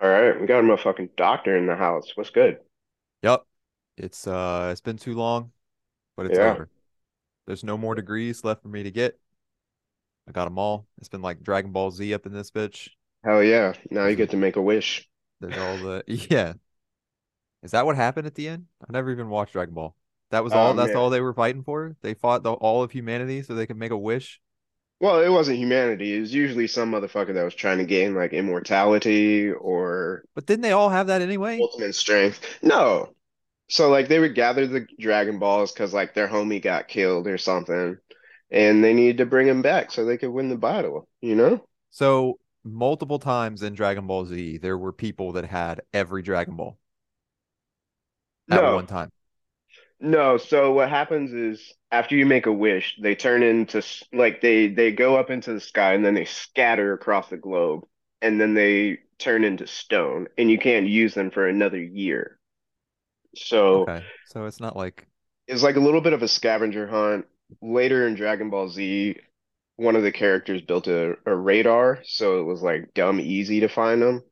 All right, we got him a fucking doctor in the house. What's good? Yep. It's uh it's been too long, but it's Yeah. over. There's no more degrees left for me to get. I got them all. It's been like Dragon Ball Z up in this bitch. Hell yeah. Now you There's get to make a wish. there's all the yeah. Is that what happened at the end? I never even watched Dragon Ball. That was Oh all that's man. all they were fighting for? They fought the, all of humanity so they could make a wish? Well, it wasn't humanity. It was usually some motherfucker that was trying to gain like immortality or But didn't they all have that anyway? ultimate strength. No. So like they would gather the Dragon Balls because like their homie got killed or something, and they needed to bring him back so they could win the battle, you know? So multiple times in Dragon Ball Z there were people that had every Dragon Ball at No. one time. No, so what happens is after you make a wish, they turn into s- like they they go up into the sky and then they scatter across the globe and then they turn into stone and you can't use them for another year. So Okay. So it's not like it's like a little bit of a scavenger hunt. Later in Dragon Ball Z, one of the characters built a, a radar, so it was like dumb easy to find them.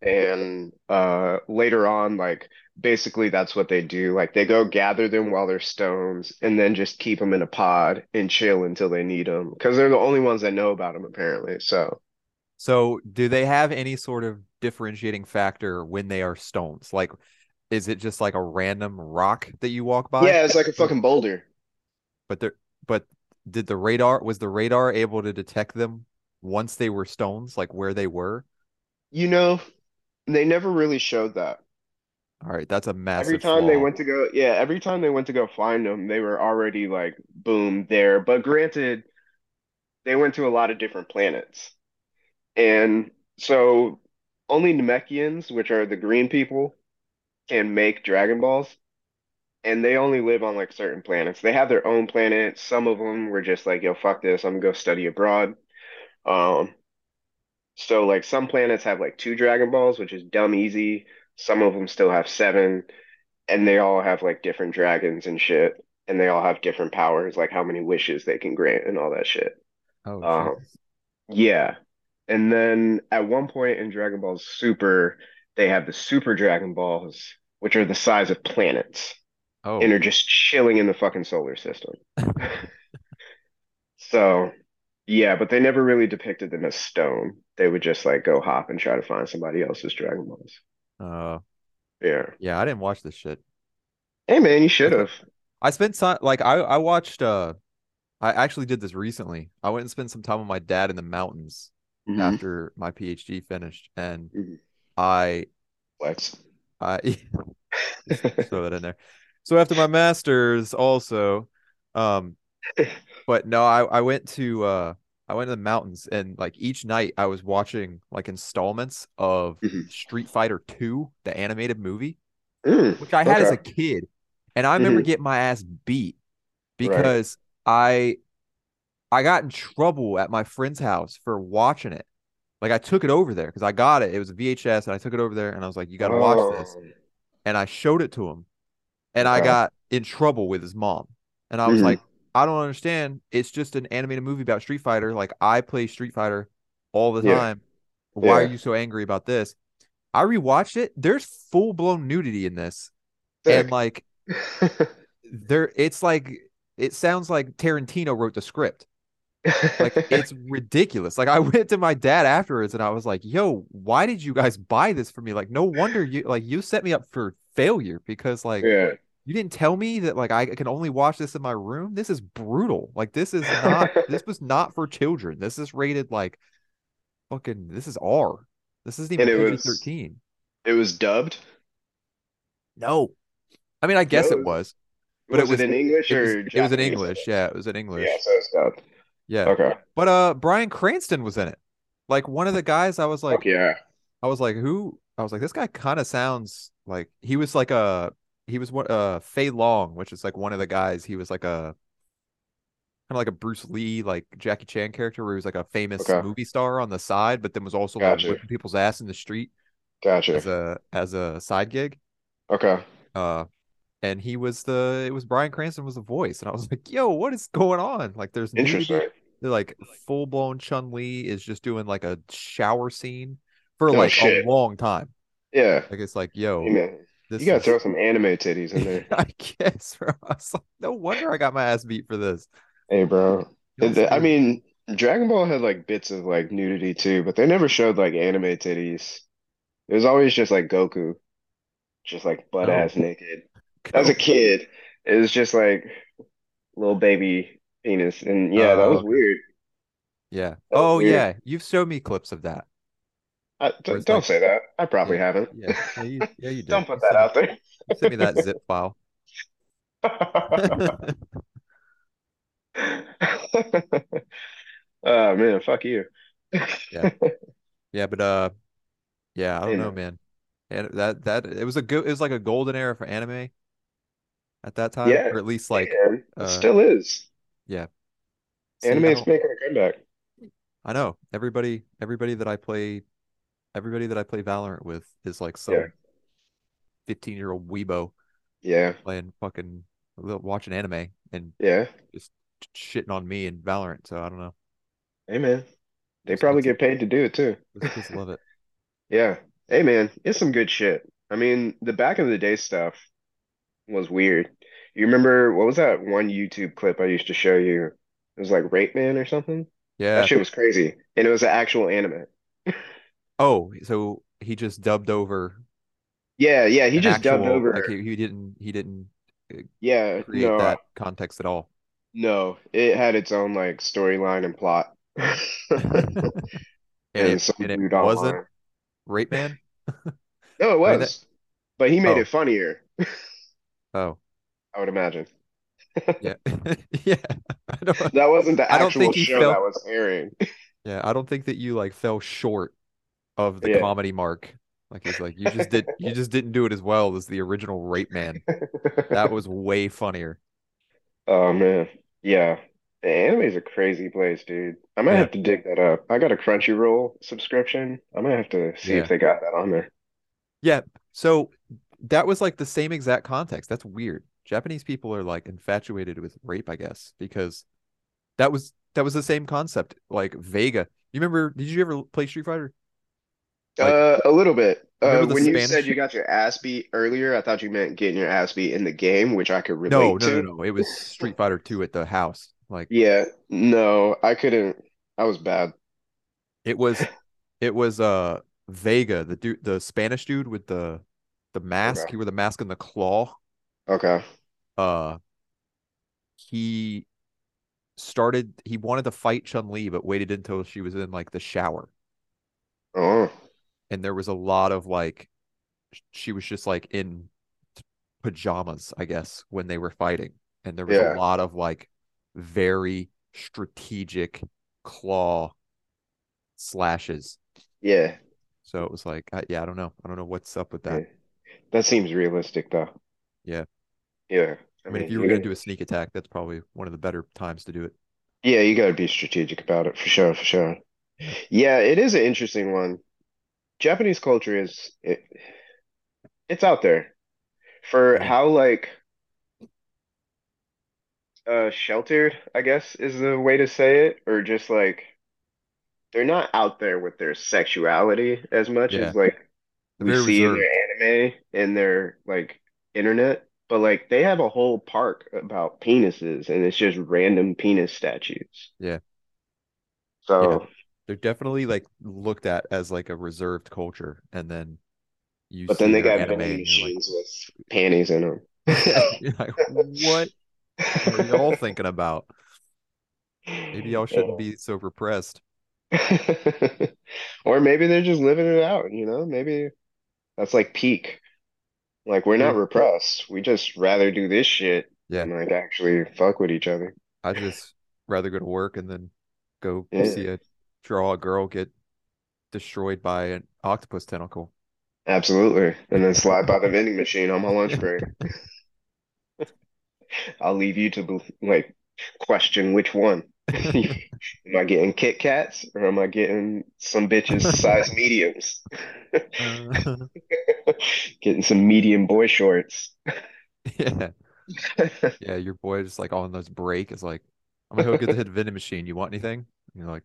And uh later on, like basically that's what they do. Like they go gather them while they're stones and then just keep them in a pod and chill until they need them because they're the only ones that know about them apparently. So So, do they have any sort of differentiating factor when they are stones? Like, is it just like a random rock that you walk by? yeah, it's like a Or fucking boulder. but there, but did the radar was the radar able to detect them once they were stones, like where they were? You know, they never really showed that. All right, that's a Every massive time they flaw. went to go, yeah, every time they went to go find them, they were already like boom there. But granted, they went to a lot of different planets. And so only Namekians, which are the green people, can make Dragon Balls, and they only live on like certain planets. They have their own planet. Some of them were just like, yo, fuck this, I'm gonna go study abroad. Um, so like some planets have like two Dragon Balls, which is dumb easy. Some of them still have seven, and they all have like different dragons and shit, and they all have different powers, like how many wishes they can grant and all that shit. Oh Um, Jesus! yeah. And then at one point in Dragon Ball Super, they have the Super Dragon Balls, which are the size of planets and Oh, are just chilling in the fucking solar system. So, yeah, but they never really depicted them as stone. They would just like go hop and try to find somebody else's Dragon Balls. uh, Yeah. yeah, I didn't watch this shit. Hey man, you I should thought have. I spent time like I I watched uh I actually did this recently. I went and spent some time with my dad in the mountains hmm after my PhD finished, and Mm-hmm. I. Flex. I Uh, just throw that in there. So after my master's also, um, but no, I, I went to uh I went to the mountains and like each night I was watching like installments of Mhm. Street Fighter 2, the animated movie, Mm, which I had as okay. a kid. And I remember hmm getting my ass beat Right. because I I got in trouble at my friend's house for watching it. Like I took it over there because I got it. It was a VHS and I took it over there and I was like, you gotta watch this. Oh, And I showed it to him and I okay. got in trouble with his mom. And I was hmm like, I don't understand. It's just an animated movie about Street Fighter. Like I play Street Fighter all the Yeah. time. Why are Yeah. you so angry about this? I rewatched it. There's full blown nudity in this. And Sick. like there it's like it sounds like Tarantino wrote the script. Like it's ridiculous. Like I went to my dad afterwards and I was like, "Yo, why did you guys buy this for me? Like no wonder you like you set me up for failure because like Yeah. you didn't tell me that like I can only watch this in my room. This is brutal. Like this is not this was not for children. This is rated like fucking this is R. This isn't even And it PG-13. was it was dubbed. No. I mean I guess it Yo, was, but it was it was in English it was or it was in Japanese? English. Yeah, it was in Yeah, English. so it's dubbed. Yeah. Okay. But uh Bryan Cranston was in it. Like one of the guys I was Fuck like yeah. I was like who I was like this guy kind of sounds like he was like a he was one uh Fei Long, which is like one of the guys he was like a kind of like a Bruce Lee, like Jackie Chan character, where he was like a famous Okay. movie star on the side, but then was also like Gotcha. whipping people's ass in the street Gotcha. as a as a side gig. Okay. Uh, and he was the it was Bryan Cranston was the voice, and I was like, yo, what is going on? Like, there's nudity. Interesting. They're like full blown Chun Li is just doing like a shower scene. for Oh, like shit. a long time. Yeah. Like it's like, yo, Hey, man, this you gotta is- throw some anime titties in there. I guess, bro. I was like, no wonder I got my ass beat for this. Hey, bro. It was I weird. mean, Dragon Ball had like bits of like nudity too, but they never showed like anime titties. It was always just like Goku, just like butt Oh. ass naked. As a Go. kid, it was just like little baby penis, and yeah, that Oh, was okay. weird. Yeah. That was Oh weird. yeah, you've shown me clips of that. I, Where d it's don't like, say that. I probably yeah, haven't. yeah, yeah, you, yeah, you did. Don't put You that sent me, out there. you sent me that zip file. Oh man, fuck you. Yeah, yeah, but uh, yeah, I don't know, Anyway, man. And that that it was a good, it was like a golden era for anime at that time, yeah, or at least like, and it uh, still is. yeah. See, Anime I is don't, making a comeback. I know everybody, everybody that I play, everybody that I play Valorant with is like Yeah, some 15 year old weebo yeah, playing fucking watching anime and yeah. just shitting on me and Valorant. So I don't know. Hey man, they Those probably kids, get paid to do it too. those kids love it. Yeah. Hey man, it's some good shit. I mean, the back of the day stuff was weird. You remember what was that one YouTube clip I used to show you? It was like Rape Man or something. That Yeah. shit was crazy, and it was an actual anime. Oh, so he just dubbed over Yeah, yeah. He an just dubbed actual over. like he, he didn't he didn't uh, Yeah, create no, that context at all. no. It had its own like storyline and plot, And and it some and it dude wasn't online. Rape Man? No, it I mean that was, but he made it oh, funnier. oh, I would imagine. yeah. Yeah. I don't That wasn't the I don't actual think he show that fell was airing. yeah, I don't think that you like fell short of the Yeah. comedy mark. Like it's like you just did you just didn't do it as well as the original Rape Man. That was way funnier. Oh man. Yeah. The anime's a crazy place, dude. I might Yeah. have to dig that up. I got a Crunchyroll subscription. I might have to see if Yeah. they got that on there. Yeah. So that was like the same exact context. That's weird. Japanese people are like infatuated with rape, I guess, because that was that was the same concept. Like Vega. You remember, did you ever play Street Fighter? Like, Uh, a little bit. Uh, remember the when you said Spanish? you got your ass beat earlier, I thought you meant getting your ass beat in the game, which I could No, relate no, no, to. no. It was Street Fighter 2 at the house. Like Yeah, no, I couldn't. I was bad. it was it was uh Vega, the dude the Spanish dude with the the mask. Okay. He wore the mask and the claw. Okay. Uh he started he wanted to fight Chun-Li, but waited until she was in like the shower. Oh, and there was a lot of like sh- she was just like in t- pajamas i guess when they were fighting and there was a yeah. lot of like very strategic claw slashes Yeah. so it was like I, yeah i don't know i don't know what's up with that Yeah. That seems realistic, though. yeah Yeah. I i mean if mean, you were you going to gotta, do a sneak attack that's probably one of the better times to do it yeah, you gotta be strategic about it for sure, for sure. yeah Yeah, it is an interesting one. Japanese culture is it, it's out there for yeah how like uh sheltered, I guess is the way to say it, or just like they're not out there with their sexuality as much yeah as like they're we very see in reserved their anime and their like internet, but like they have a whole park about penises and it's just random penis statues. yeah yeah So, they're definitely like looked at as like a reserved culture and then you but then see they their got anime vending and you're like machines with panties in them. Yeah, you're like, what are y'all thinking about? Maybe y'all shouldn't be so repressed. Or maybe they're just living it out, you know? Maybe that's like peak. Like we're not True. repressed. We just rather do this shit Yeah, and like actually fuck with each other. I just rather go to work and then go Yeah, see a draw a girl get destroyed by an octopus tentacle. absolutely. And then slide by the vending machine on my lunch break. I'll leave you to bel- like question which one. Am I getting Kit Kats or am I getting some bitches size mediums? Uh, Getting some medium boy shorts. yeah, yeah. Your boy just like on this break is like, I'm gonna go get the hidden vending machine. You want anything? And you're like,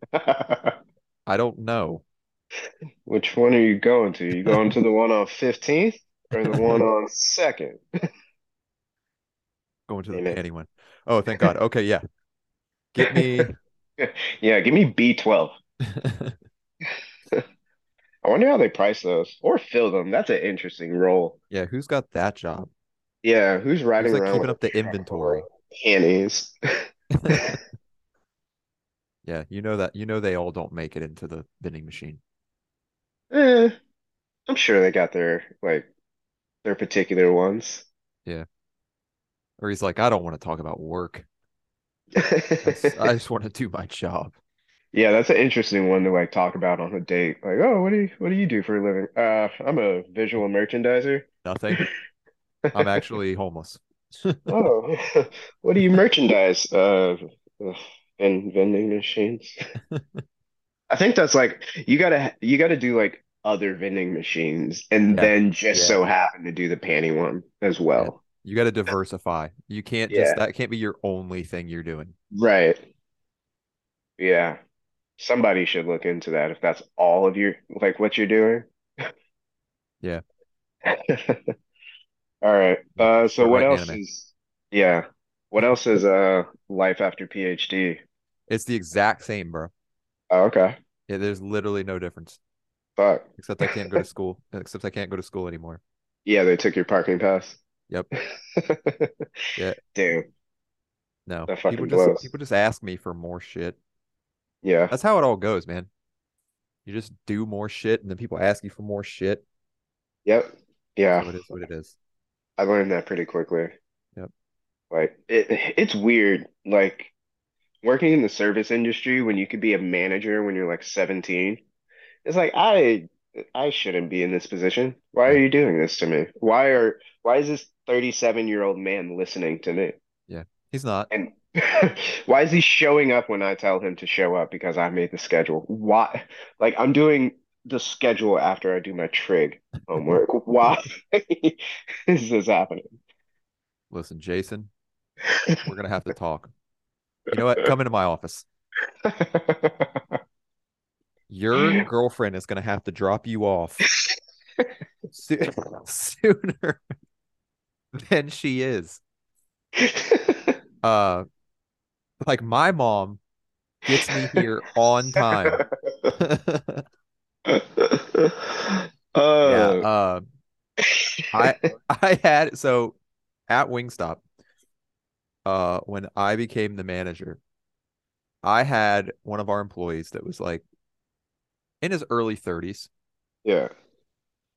I don't know. Which one are you going to? You going to the one on 15th or the one on 2nd? Going to the Amen. panty one. Oh, thank God. Okay, yeah. Get me. Yeah, give me B12. I wonder how they price those or fill them. That's an interesting role. yeah, who's got that job? Yeah, who's riding Who's like around keeping with up the inventory? panties? Yeah, you know that. You know they all don't make it into the vending machine. Eh, I'm sure they got their like their particular ones. Or he's like, I don't want to talk about work. I s- I just want to do my job. Yeah, that's an interesting one to like talk about on a date. Like, oh, what do you what do you do for a living? Uh, I'm a visual merchandiser. Nothing. I'm actually homeless. Oh, what do you merchandise? Uh, in vending machines. I think that's like you gotta you gotta do like other vending machines and Yeah. then just Yeah. so happen to do the panty one as well. You got to diversify. You can't Yeah. just that can't be your only thing you're doing. Right. Yeah. Somebody should look into that if that's all of your like what you're doing. Yeah. All right. Yeah, Uh, so start what writing else anime. is yeah. What else is uh life after PhD? It's the exact same, bro. Oh, okay. Yeah, there's literally no difference Fuck. except I can't go to school. Except I can't go to school anymore. Yeah, they took your parking pass. Yep. Yeah. Damn. No. That People fucking just blows. people just ask me for more shit. Yeah. That's how it all goes, man. You just do more shit, and then people ask you for more shit. Yep. Yeah. So it is what it is. I learned that pretty quickly. Yep. Like it it's weird. Like working in the service industry when you could be a manager when you're like 17. It's like I I shouldn't be in this position. Why are Yeah. you doing this to me? Why are why is this 37-year-old man listening to me? He's not. And why is he showing up when I tell him to show up because I made the schedule? Why? Like I'm doing the schedule after I do my trig homework. Why is this happening? Listen, Jason, we're gonna have to talk. You know what? Come into my office. Uh, Your girlfriend is gonna have to drop you off soo- sooner than she is. Uh, like my mom gets me here on time. Yeah. Oh, Uh, I I had so at Wingstop, uh, when I became the manager, I had one of our employees that was like in his early 30s. yeah.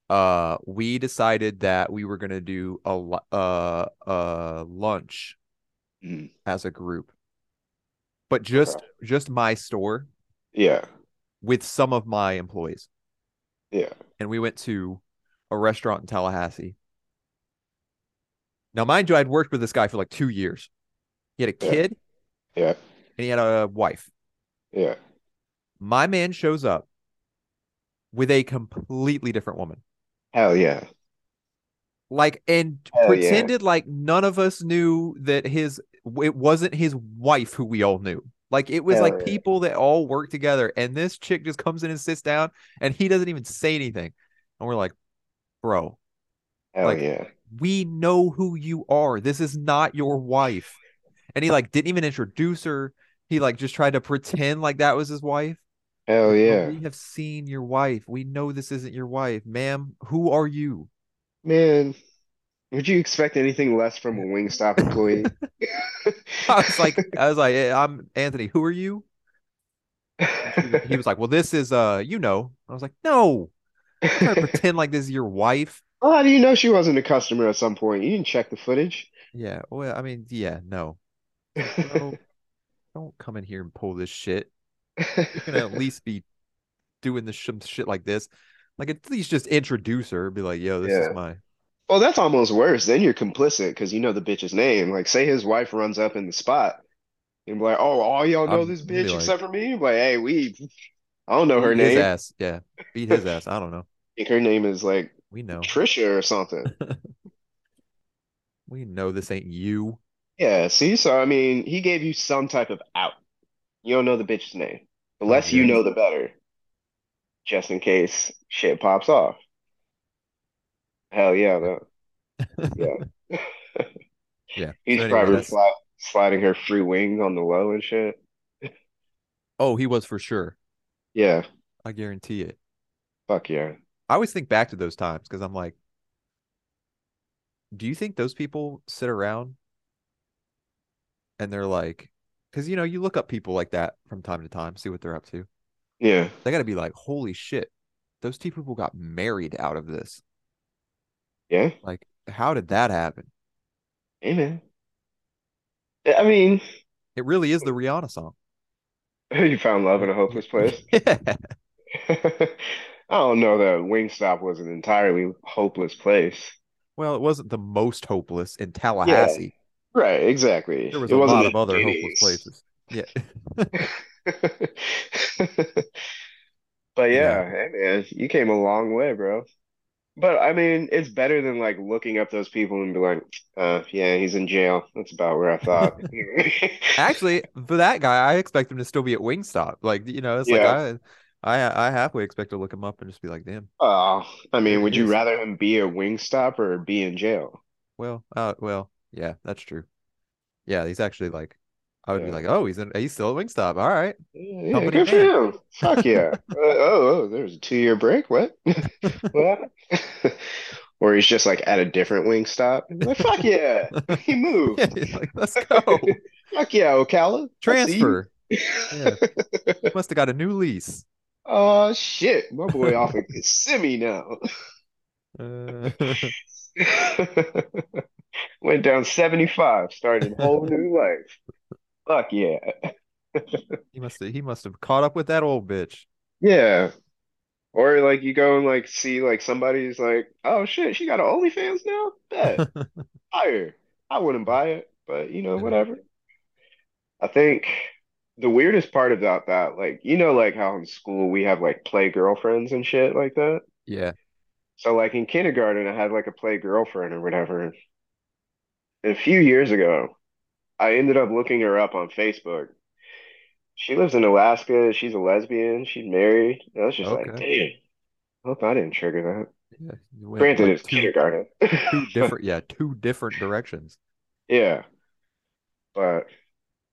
Uh, we decided that we were gonna do a lu- uh uh lunch Mm, as a group, but okay. just just my store Yeah. with some of my employees, Yeah. and we went to a restaurant in Tallahassee. Now, mind you, I'd worked with this guy for like two years. He had a Yeah. kid Yeah. and he had a wife. Yeah. My man shows up with a completely different woman, Hell yeah. like, and Hell yeah. pretended like none of us knew that his it wasn't his wife who we all knew. Like it was Hell like yeah. people that all work together, and this chick just comes in and sits down, and he doesn't even say anything, and we're like, bro, Hell like yeah. we know who you are. This is not your wife, and he like didn't even introduce her. He like just tried to pretend like that was his wife. Hell Like, but yeah. we have seen your wife. We know this isn't your wife, ma'am. Who are you? Man, would you expect anything less from a Wingstop employee? I was like, I was like, "Eh, I'm Anthony. Who are you? And she was, he was like, Well, this is uh, you know. I was like, No, I'm trying to pretend like this is your wife. Well, how do you know she wasn't a customer at some point? You didn't check the footage. Yeah. Well, I mean, yeah, no. It's like, bro, don't come in here and pull this shit. You're gonna at least be doing this some shit like this. Like at least just introduce her. Be like, Yo, this is Yeah. my. Well, Oh, that's almost worse. Then you're complicit because you know the bitch's name. Like, say his wife runs up in the spot and be like, "Oh, all y'all know I'm this be bitch like, except for me." Like, hey, we, I don't know her beat his name. ass. Yeah, beat his ass. I don't know. Think her name is like We know. Trisha or something. We know this ain't you. Yeah. See, so I mean, he gave you some type of out. You don't know the bitch's name. The Oh less you yeah. know, the better. just in case shit pops off. Hell yeah, that, yeah. Yeah. He's So anyway, probably that's sli sliding her free wings on the low and shit. oh, he was for sure. Yeah, I guarantee it. fuck yeah. I always think back to those times because I'm like, do you think those people sit around and they're like, because you know, you look up people like that from time to time, see what they're up to. Yeah. They got to be like, holy shit, those two people got married out of this. Yeah. Like, how did that happen? Amen. I mean, It really is the Rihanna song. you found love in a hopeless place. Yeah. I don't know that Wingstop was an entirely hopeless place. Well, it wasn't the most hopeless in Tallahassee. Right, exactly. There was It a wasn't lot the of other hopeless 80s. places. Yeah. But Yeah. yeah, hey man, you came a long way, bro. But I mean, it's better than like looking up those people and be like, uh, yeah, he's in jail. That's about where I thought. Actually, for that guy, I expect him to still be at Wingstop. Like, you know, it's Yeah. like I, I, I halfway expect to look him up and just be like, damn, Oh, I there mean, he would you is. rather him be a Wingstop or be in jail? Well, uh, well, yeah, that's true. Yeah, he's actually like, I would be Yeah. like, oh, he's in, he's still at Wingstop. All right, Yeah, yeah, company good for man. him. Fuck yeah. Uh, oh, oh, there's a two-year break. What? What happened? Or he's just like at a different Wingstop. Like, fuck yeah. He Yeah, moved. he's like, let's go Fuck yeah, Ocala. I see you. transfer. Yeah, he must have got a new lease. Oh shit, my boy off of Kissimmee now. Uh, Went down 75, started a whole new life. Fuck yeah. he must have, he must have caught up with that old bitch. Yeah. Or like you go and like see like somebody's like, oh shit, she got an OnlyFans now? Bet. Fire. I wouldn't buy it, but you know, I know. whatever. I think the weirdest part about that, like, you know, like how in school we have like play girlfriends and shit like that. Yeah, So like in kindergarten, I had like a play girlfriend or whatever. And a few years ago, I ended up looking her up on Facebook. She lives in Alaska. She's a lesbian. She's married. And I was just like, okay. damn, I hope I didn't trigger that. Yeah, you went Granted, like it's two kindergarten. two But different, yeah, two different directions. yeah. But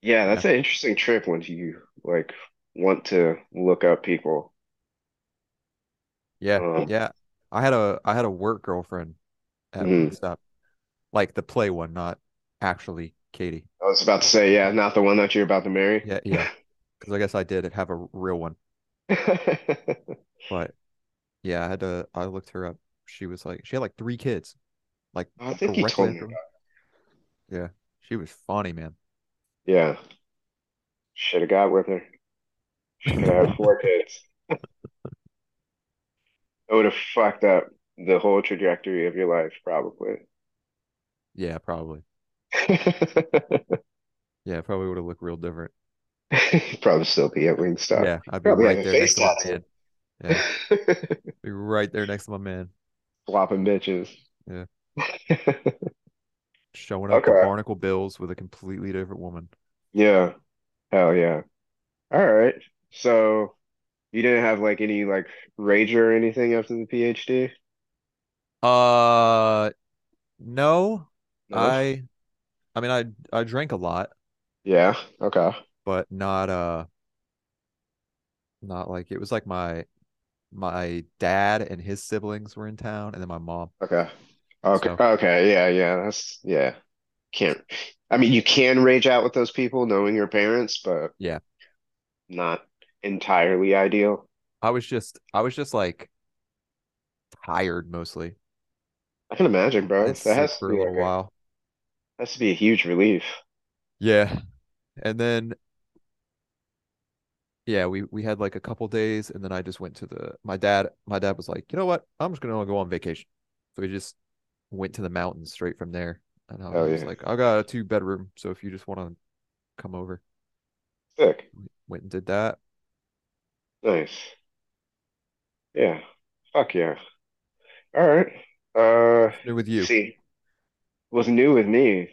yeah, Yeah. that's an interesting trip when you like want to look up people. Yeah, Um, yeah. I had a I had a work girlfriend at mhm. Wingstop, like the play one, not actually Katie. I was about to say, yeah, not the one that you're about to marry. Yeah, yeah. Because I guess I did have a r- real one, but yeah, I had to. I looked her up. She was like, she had like three kids, like I think you directly told me after about me. Yeah, she was funny, man. Yeah, should have got with her. Should have had four kids. It would have fucked up the whole trajectory of your life, probably. Yeah, probably. Yeah, probably would have looked real different. You'd probably still be at Wingstop. Yeah, I'd be Probably have right a there face next to my tattoo. man. Yeah, be right there next to my man. Flopping bitches. Yeah, showing up to Okay. Barnacle Bills with a completely different woman. Yeah. Hell yeah. All right. So you didn't have like any like rager or anything after the PhD? Uh, no, No? I. I mean, I I drank a lot, Yeah. Okay. but not uh not like it was like my my dad and his siblings were in town, and then my mom. Okay. Okay. So Okay. Yeah. Yeah. That's, yeah. Can't, I mean, you can rage out with those people knowing your parents, but yeah, not entirely ideal. I was just I was just like tired mostly I can imagine, bro. and That sick has to for a be little like a, while. has to be a huge relief. Yeah, and then yeah, we we had like a couple days, and then I just went to the my dad. My dad was like, you know what, I'm just gonna go on vacation. So we just went to the mountains straight from there, and I Hell was yeah. like, I got a two bedroom, so if you just want to come over, Sick. went and did that. Nice. Yeah. Fuck yeah. All right. Uh, What's new let's with you? see. What's new with me?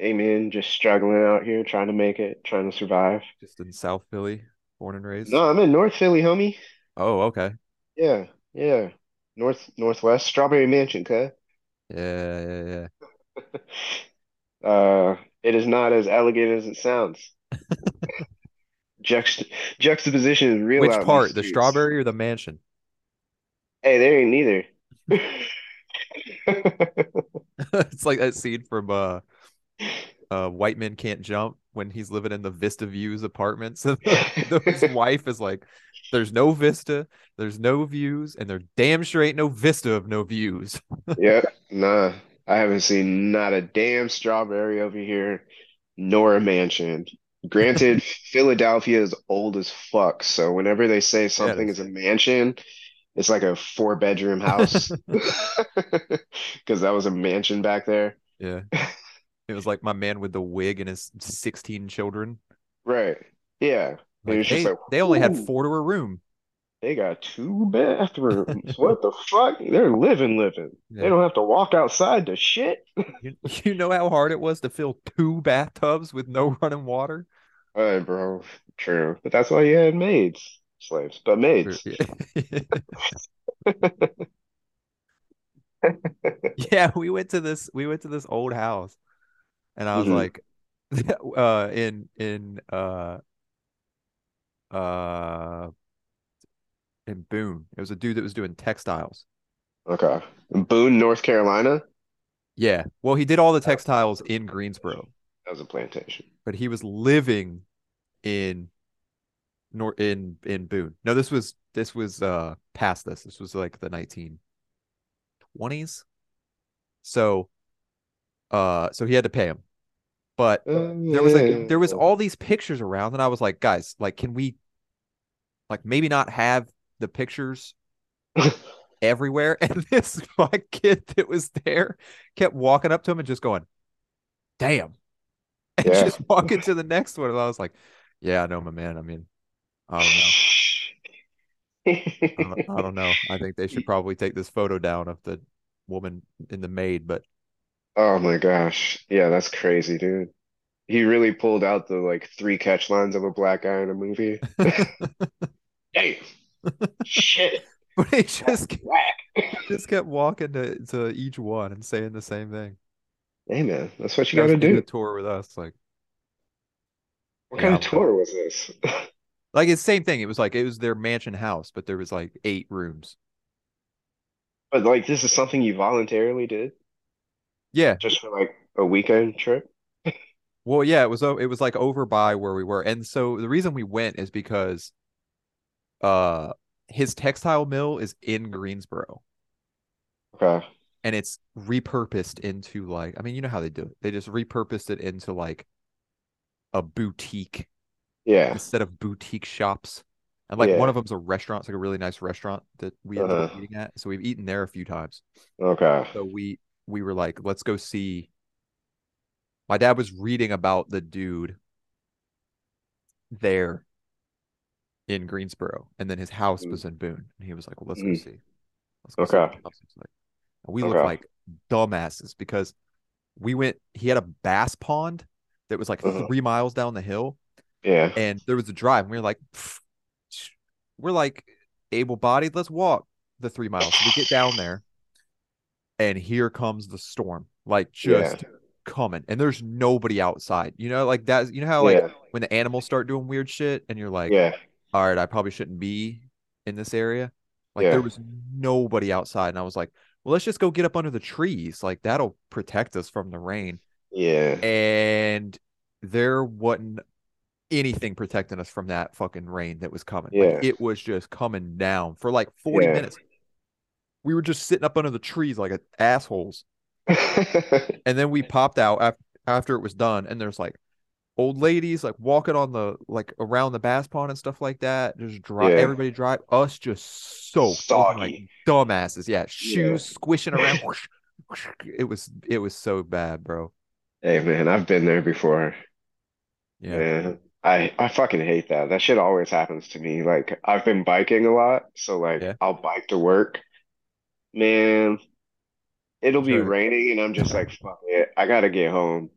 Amen. Just struggling out here, trying to make it, trying to survive. Just in South Philly, born and raised. No, I'm in North Philly, homie. Oh, okay. Yeah, yeah. North Northwest Strawberry Mansion, okay? Yeah, yeah, yeah. Uh, it is not as elegant as it sounds. Juxt juxtaposition is real Which out in these part, the streets. strawberry or the mansion? Hey, there ain't neither. It's like that scene from uh, uh, White Men Can't Jump when he's living in the Vista Views apartments. And the, his wife is like, "There's no vista, there's no views, and there damn sure ain't no vista of no views." Yep, nah. I haven't seen not a damn strawberry over here, nor a mansion. Granted, Philadelphia is old as fuck, so whenever they say Yeah, it something is. is a mansion, it's like a four bedroom house. Because that was a mansion back there. Yeah, it was like my man with the wig and his sixteen children. Right. Yeah. It Like was just they like, they only had whoo, four to a room. they got two bathrooms. What the fuck? They're living, living. They Yeah, don't have to walk outside to shit. you you know how hard it was to fill two bathtubs with no running water. Uh, bro, true. But that's why you had maids, slaves, but True. maids. Yeah. Yeah, we went to this we went to this old house and I was hmm like uh in in uh uh in Boone. It was a dude that was doing textiles. Okay. Boone, North Carolina. Yeah. Well, he did all the That was a textiles in plantation. Greensboro, That was a plantation. but he was living in nor in in Boone. No, this was this was uh past this. This was like the 1920s. So uh so he had to pay him. But Oh, Uh, there was like yeah. there was all these pictures around and I was like, "Guys, like can we like maybe not have the pictures everywhere. And this my kid that was there kept walking up to him and just going, damn, and Yeah. just walking to the next one. And I was like, yeah, I know, my man. I mean, I don't know. I don't, I don't know. I think they should probably take this photo down of the woman in the maid, but Oh my gosh. Yeah, that's crazy, dude. He really pulled out the like three catch lines of a black guy in a movie. Hey, shit, but he that's just ke- whack. just kept walking to, to each one and saying the same thing. Hey man, that's what you Guy was gotta getting a do. tour with us, like, What kind yeah, I of don't know. tour was this? Like it's same thing. It was like it was their mansion house, but there was like eight rooms. But like, this is something you voluntarily did Yeah, just for like a weekend trip? Well, yeah, it was o- it was like over by where we were. And so the reason we went is because uh his textile mill is in Greensboro Okay. and it's repurposed into like I mean, you know how they do it. They just repurposed it into like a boutique, like a Yeah. set of boutique shops. And like one Yeah. of them's a restaurant, it's like a really nice restaurant that we ended up Uh-huh. eating at. So we've eaten there a few times. Okay. So we we were like, let's go see. My dad was reading about the dude there. in Greensboro, and then his house Mm, was in Boone. And he was like, "Well, let's go mm. see, let's go see what Okay. the house is like." And we looked Okay. like dumbasses because we went. He had a bass pond that was like Uh-huh. three miles down the hill, Yeah. and there was a drive. And we were like, "Pfft, sh- "We're like able-bodied. Let's walk the three miles." So we get down there, and here comes the storm, like Yeah. just coming. And there's nobody outside. You know, like that. You know how like Yeah. when the animals start doing weird shit, and you're like Yeah. all right, I probably shouldn't be in this area. Like there Yeah. was nobody outside, and I was like, well, let's just go get up under the trees. Like that'll protect us from the rain. Yeah. And there wasn't anything protecting us from that fucking rain that was coming. Yeah. Like it was just coming down for like 40 Yeah. minutes. We were just sitting up under the trees like a- assholes. And then we popped out after after it was done, and there's like old ladies like walking on the like around the bass pond and stuff like that. Just drive Yeah. everybody drive us just soaked, looking like Soggy. dumbasses. Yeah, Yeah. shoes squishing around. Whoosh, whoosh. It was it was so bad, bro. Hey man, I've been there before. Yeah. Man, I I fucking hate that. That shit always happens to me. Like I've been biking a lot, so like Yeah. I'll bike to work. Man, it'll be Sure. raining and I'm just like, fuck it. I gotta get home.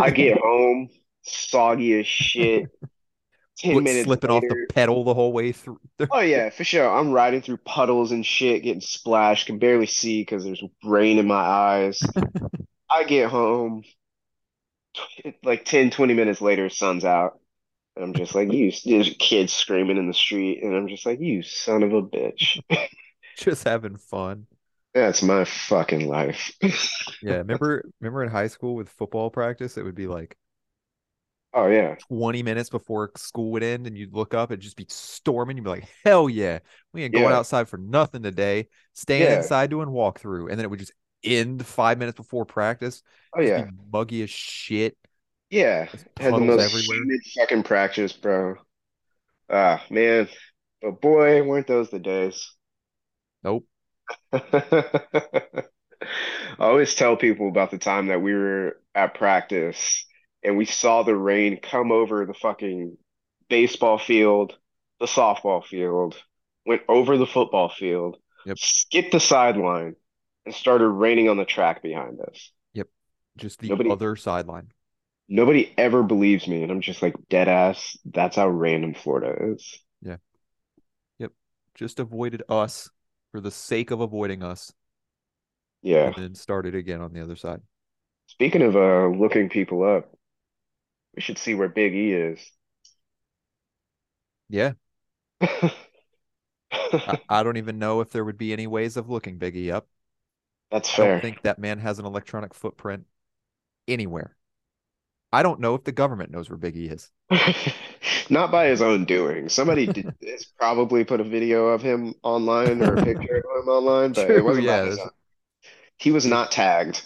I get home, soggy as shit. 10 foot minutes slipping off the later. pedal the whole way through. Oh yeah, for sure. I'm riding through puddles and shit, getting splashed, can barely see because there's rain in my eyes. I get home like 10, 20 minutes later, sun's out. And I'm just like, you, there's kids screaming in the street, and I'm just like, you son of a bitch. Just having fun. That's my fucking life. Yeah, remember remember in high school with football practice, it would be like Oh yeah. 20 minutes before school would end and you'd look up and just be storming. You'd be like, hell yeah, we ain't going Yeah. outside for nothing today. Staying Yeah. inside doing walkthrough. And then it would just end five minutes before practice. Oh Just yeah. Be muggy as shit. Yeah. There's Had the puddles most everywhere. humid fucking practice, bro. Ah, man. But boy, weren't those the days. Nope. I always tell people about the time that we were at practice and we saw the rain come over the fucking baseball field, the softball field, went over the football field, Yep. skipped the sideline, and started raining on the track behind us. Just the Nobody- other sideline. Nobody ever believes me, and I'm just like dead ass. That's how random Florida is. Just avoided us for the sake of avoiding us Yeah. and then started again on the other side. Speaking of uh looking people up, we should see where Big E is. Yeah. I, I don't even know if there would be any ways of looking Biggie up. That's I fair. don't think that man has an electronic footprint anywhere. I don't know if the government knows where Biggie is. Not by his own doing. Somebody did, has probably put a video of him online or a picture of him online, but it True, wasn't by yeah, his that's- own. He was not tagged.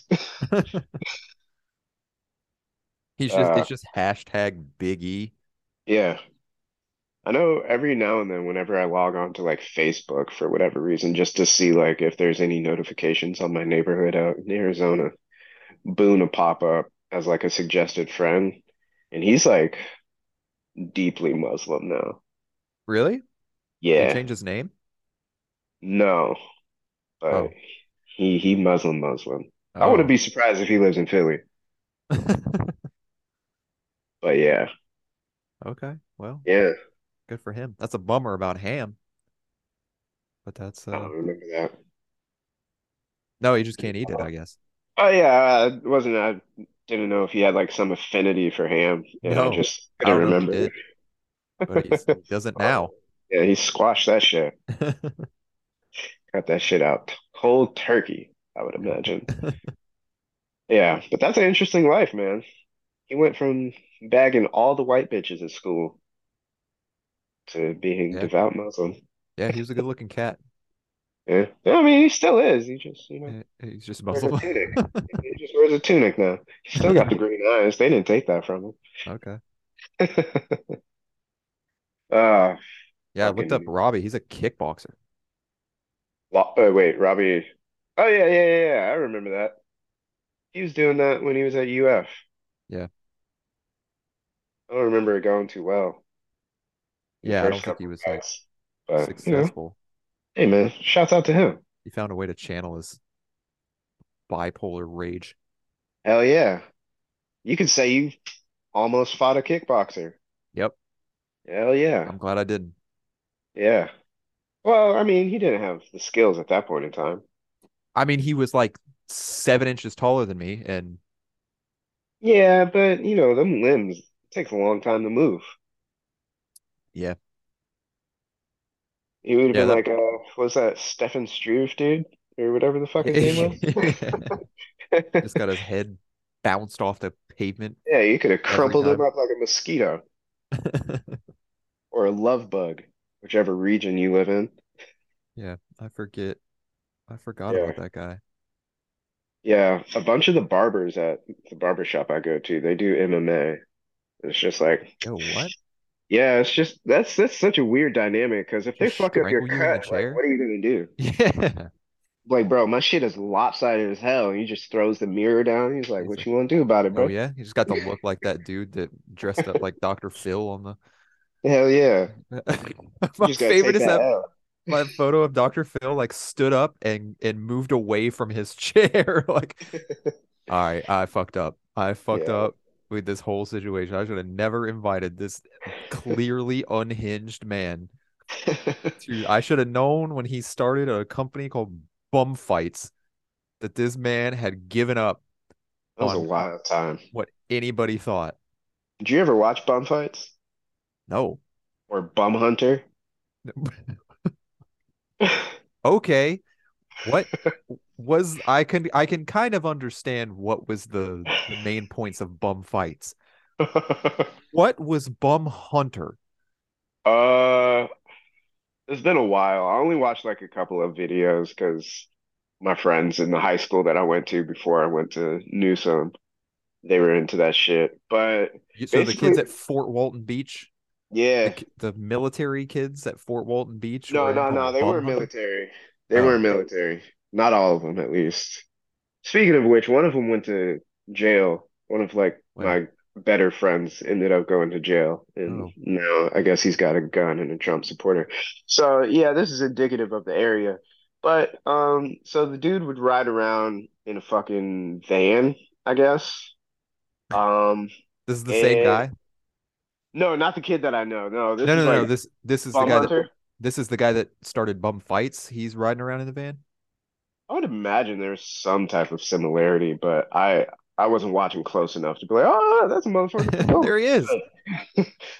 He's just Uh, it's just hashtag Biggie. Yeah. I know every now and then, whenever I log on to like Facebook for whatever reason, just to see like if there's any notifications on my neighborhood out in Arizona, Boone will pop up as like a suggested friend. And he's like deeply Muslim now. Really? Did he Yeah. change his name? No, but Oh. he he Muslim Muslim. I wouldn't be surprised if he lives in Philly. But yeah, Oh, okay. Well, yeah, good for him. That's a bummer about Ham. But that's I uh don't remember that. no, he just can't eat it, I guess. Oh yeah, I wasn't. I didn't know if he had like some affinity for ham, and I No, just I couldn't don't know if he remember. did, but he's, he doesn't now. Yeah, he squashed that shit. Cut that shit out. Cold turkey, I would imagine. Yeah, but that's an interesting life, man. He went from bagging all the white bitches at school to being Yeah. devout Muslim. yeah, he was a good-looking cat. Yeah, I mean, he still is. He just, you know. Yeah, He's just wears a Muslim. tunic. He just wears a tunic now. He's still got the green eyes. They didn't take that from Okay. him. uh, Yeah, I looked up Fucking- Robbie. He's a kickboxer. Lo- oh, wait, Robbie. Oh yeah, yeah, yeah, yeah. I remember that. He was doing that when he was at UF. Yeah. I don't remember it going too well. the Yeah, I don't first think he couple was like fights. But Uh, you know, successful. hey man, shouts out to him. He found a way to channel his bipolar rage. Hell yeah. You could say you almost fought a kickboxer. Yep. Hell yeah. I'm glad I didn't. Yeah. Well, I mean, he didn't have the skills at that point in time. I mean, he was like seven inches taller than me, and Yeah, but you know, them limbs it takes a long time to move. Yeah. He would have Yeah, been like, that- uh, what's that Stefan Struve dude or whatever the fuck his name just was? got his head bounced off the pavement. Yeah, you could have Every crumpled him time. up like a mosquito or a love bug, whichever region you live in. I forget. I forgot Yeah. about that guy. Yeah, a bunch of the barbers at the barber shop I go to, they do MMA. It's just like, Yo, Oh, what? yeah, it's just that's that's such a weird dynamic because if they Just fuck up your strangle you in the cut, like, chair? what are you gonna do? Yeah. Like, bro, my shit is lopsided as hell. And he just throws the mirror down. He's like, He's what like, you want to do about it, Oh bro? yeah, he just got to look like that dude that dressed up like Dr. Phil on the. Hell yeah. You My just gotta favorite take is that L. my photo of Dr. Phil like stood up and and moved away from his chair. Like, all right, I fucked up. I fucked Yeah. up. with this whole situation. I should have never invited this clearly unhinged man. To, I should have known when he started a company called Bum Fights that this man had given up That was a on lot of time. what anybody thought. Did you ever watch Bum Fights No. or Bum Hunter? Okay. What was I can I can kind of understand what was the, the main points of Bum Fights. What was Bum Hunter? Uh, it's been a while. I only watched like a couple of videos because my friends in the high school that I went to before I went to Newsome, they were into that shit. But You- So the kids Basically- at Fort Walton Beach, the, yeah, ki- the military kids at Fort Walton Beach. no, were no, into no, they Bum were Hunter? military. They Oh. were military. Not all of them, at least. Speaking of which, one of them went to jail. One of like Wow. my better friends ended up going to jail, and Oh. now I guess he's got a gun and a Trump supporter. So yeah, this is indicative of the area. But um, so the dude would ride around in a fucking van, I guess. Um, This is the same Eh, guy. no, not the kid that I know. No, this no, is no, no. like This this is the Bum guy. That, Hunter. this is the guy that started bum fights. He's riding around in the van. I would imagine there's some type of similarity, but I I wasn't watching close enough to be like, oh, that's a motherfucker. Oh, there he is.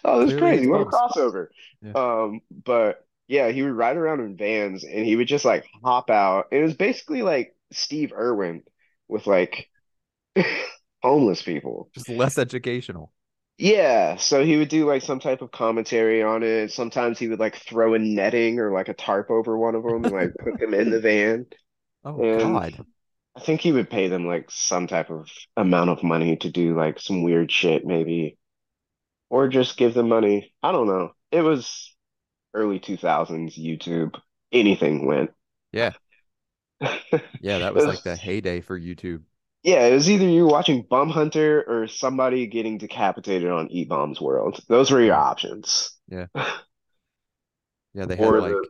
oh, this is There he is, crazy. What a Bubs. crossover. Yeah. Um, but yeah, he would ride around in vans and he would just like hop out. It was basically like Steve Irwin with like homeless people. Just less educational. Yeah, so he would do like some type of commentary on it. Sometimes he would like throw a netting or like a tarp over one of them and like put them in the van. Oh And- God. I think he would pay them like some type of amount of money to do like some weird shit, maybe, or just give them money. I don't know. It was early 2000s YouTube. Anything went. Yeah. Yeah, that was like the heyday for YouTube. Yeah, it was either you watching Bum Hunter or somebody getting decapitated on E-Bombs World. Those were Mm. your options. Yeah. Yeah, they had Or like the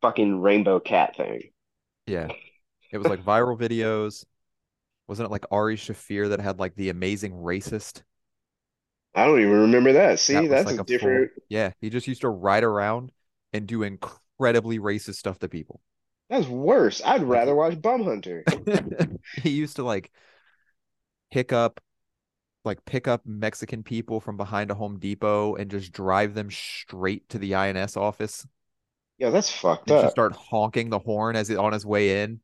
fucking Rainbow Cat thing. yeah, it was like viral videos. Wasn't it like Ari Shafir that had like the amazing racist? I don't even remember that. That See, was that's like a a full- different Yeah, he just used to ride around and do incredibly racist stuff to people. that's worse. I'd Like- rather watch Bum Hunter. he used to like pick up like pick up Mexican people from behind a Home Depot and just drive them straight to the INS office Yo, that's fucked and just up. start honking the horn as it on his way in.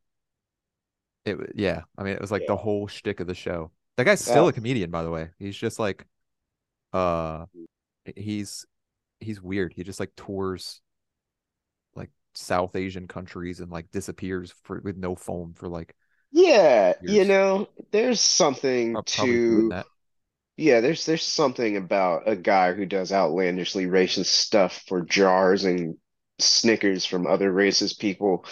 It w- yeah, I mean it was like the whole shtick of the show. That guy's still Yeah. a comedian, by the way. He's just like uh he's he's weird. He just like tours like South Asian countries and like disappears for with no phone for like Yeah, you Years. know, there's something I'm probably doing to that. yeah, there's there's something about a guy who does outlandishly racist stuff for jars and Snickers from other racist people.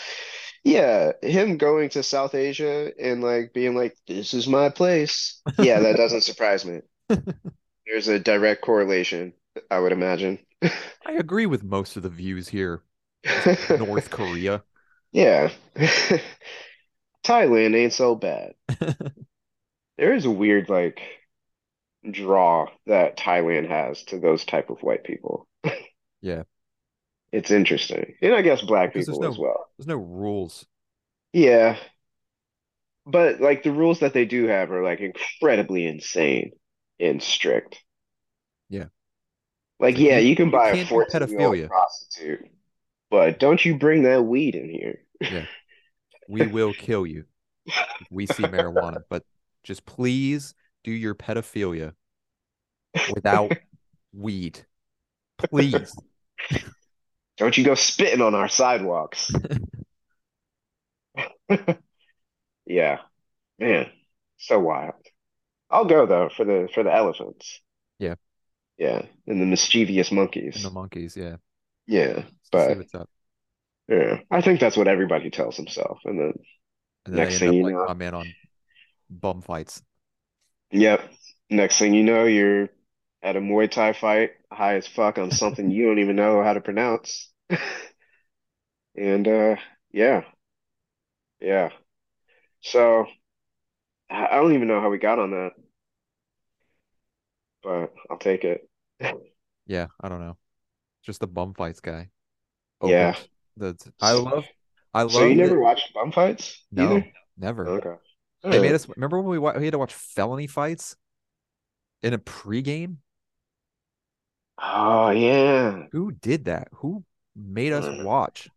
Yeah, him going to South Asia and like being like, "This is my place." Yeah, that doesn't surprise me. There's a direct correlation, I would imagine. I agree with most of the views here. North Korea. Yeah. Thailand ain't so bad. There is a weird like draw that Thailand has to those type of white people. Yeah. It's interesting. And I guess black Because there's people as no- well. There's no rules. Yeah. But like the rules that they do have are like incredibly insane and strict. Yeah. Like, It's like, yeah, you- you can you buy a can't do 14-year-old pedophilia. prostitute, but don't you bring that weed in here. We will kill you if we see marijuana, but just please do your pedophilia without weed. Please. Don't you go spitting on our sidewalks. Yeah, man, so wild. I'll go though for the for the elephants. Yeah. Yeah, and the mischievous monkeys. And the monkeys, yeah. Yeah, Let's see But- what's up. yeah. I think that's what everybody tells himself. And then, And then next thing they end you up like, know- I'm in on bum fights. yep, next thing you know, you're at a Muay Thai fight, high as fuck on something you don't even know how to pronounce. And uh, yeah, yeah. So I I don't even know how we got on that. but I'll take it. Yeah, I don't know. Just the bum fights guy. Yeah. Opened The I love I love So you never that- watched bum fights? No, either? never. Okay. They made Huh. us remember when we, wa- we had to watch felony fights in a pregame? Oh yeah. Who did that? Who made us Mhm. watch?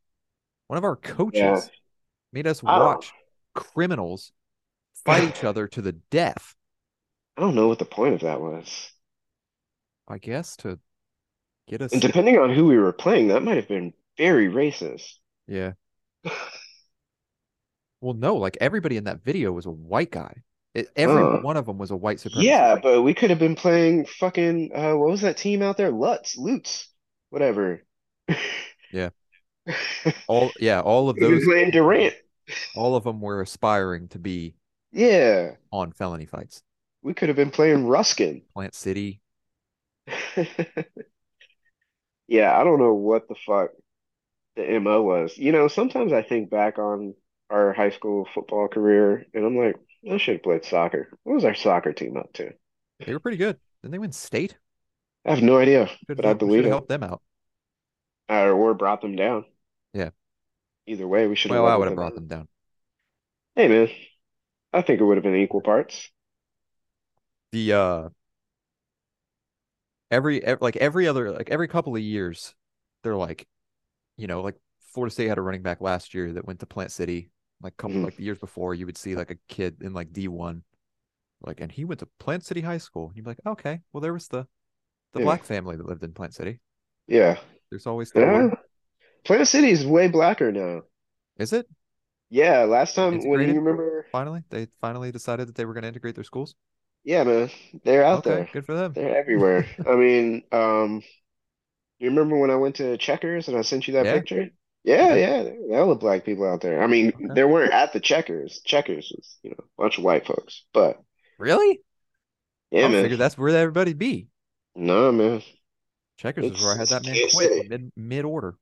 One of our coaches Yeah. made us I don't- watch criminals fight each other to the death, I don't know what the point of that was. I guess, to get us. And depending on who we were playing, that might have been very racist. Yeah. Well, no, like everybody in that video was a white guy. It, every Huh. one of them was a white supremacist. Yeah, but we could have been playing fucking uh what was that team out there? Lutz, Lutz, whatever. Yeah. We All yeah, all of could be those, playing Durant. all of them were aspiring to be Yeah. on felony fights. We could have been playing Ruskin. Plant City. Yeah, I don't know what the fuck the MO was. You know, sometimes I think back on our high school football career and I'm like, I should have played soccer. What was our soccer team up to? They were pretty good. Didn't they win state? I have no idea, Should but I believe it. helped them out. Uh, or brought them down. Yeah. Either way, we should have Well, I leveled would have them brought out. them down. Hey man, I think it would have been equal parts. The uh every, ev like every other like every couple of years, they're like, you know, like Florida State had a running back last year that went to Plant City. Like couple Mhm. like the years before, you would see like a kid in like D one, like and he went to Plant City High School. And you'd be like, okay, well there was the the Yeah. black family that lived in Plant City. Yeah. There's always the Yeah. one. Planet City is way blacker now. Is it Yeah, last time when Integrated? you remember, finally? They finally decided that they were going to integrate their schools. yeah, man, they're out okay, there. good for them. They're everywhere. I mean, um, you remember when I went to Checkers and I sent you that Yeah. picture? Yeah, Yeah. yeah, there were hella black people out there. I mean, Okay. there weren't at the Checkers. Checkers was, you know, a bunch of white folks. But Really? yeah, I man, figured that's where everybody be. no, man, Checkers is where I had It's- that man it's quit city. mid mid order.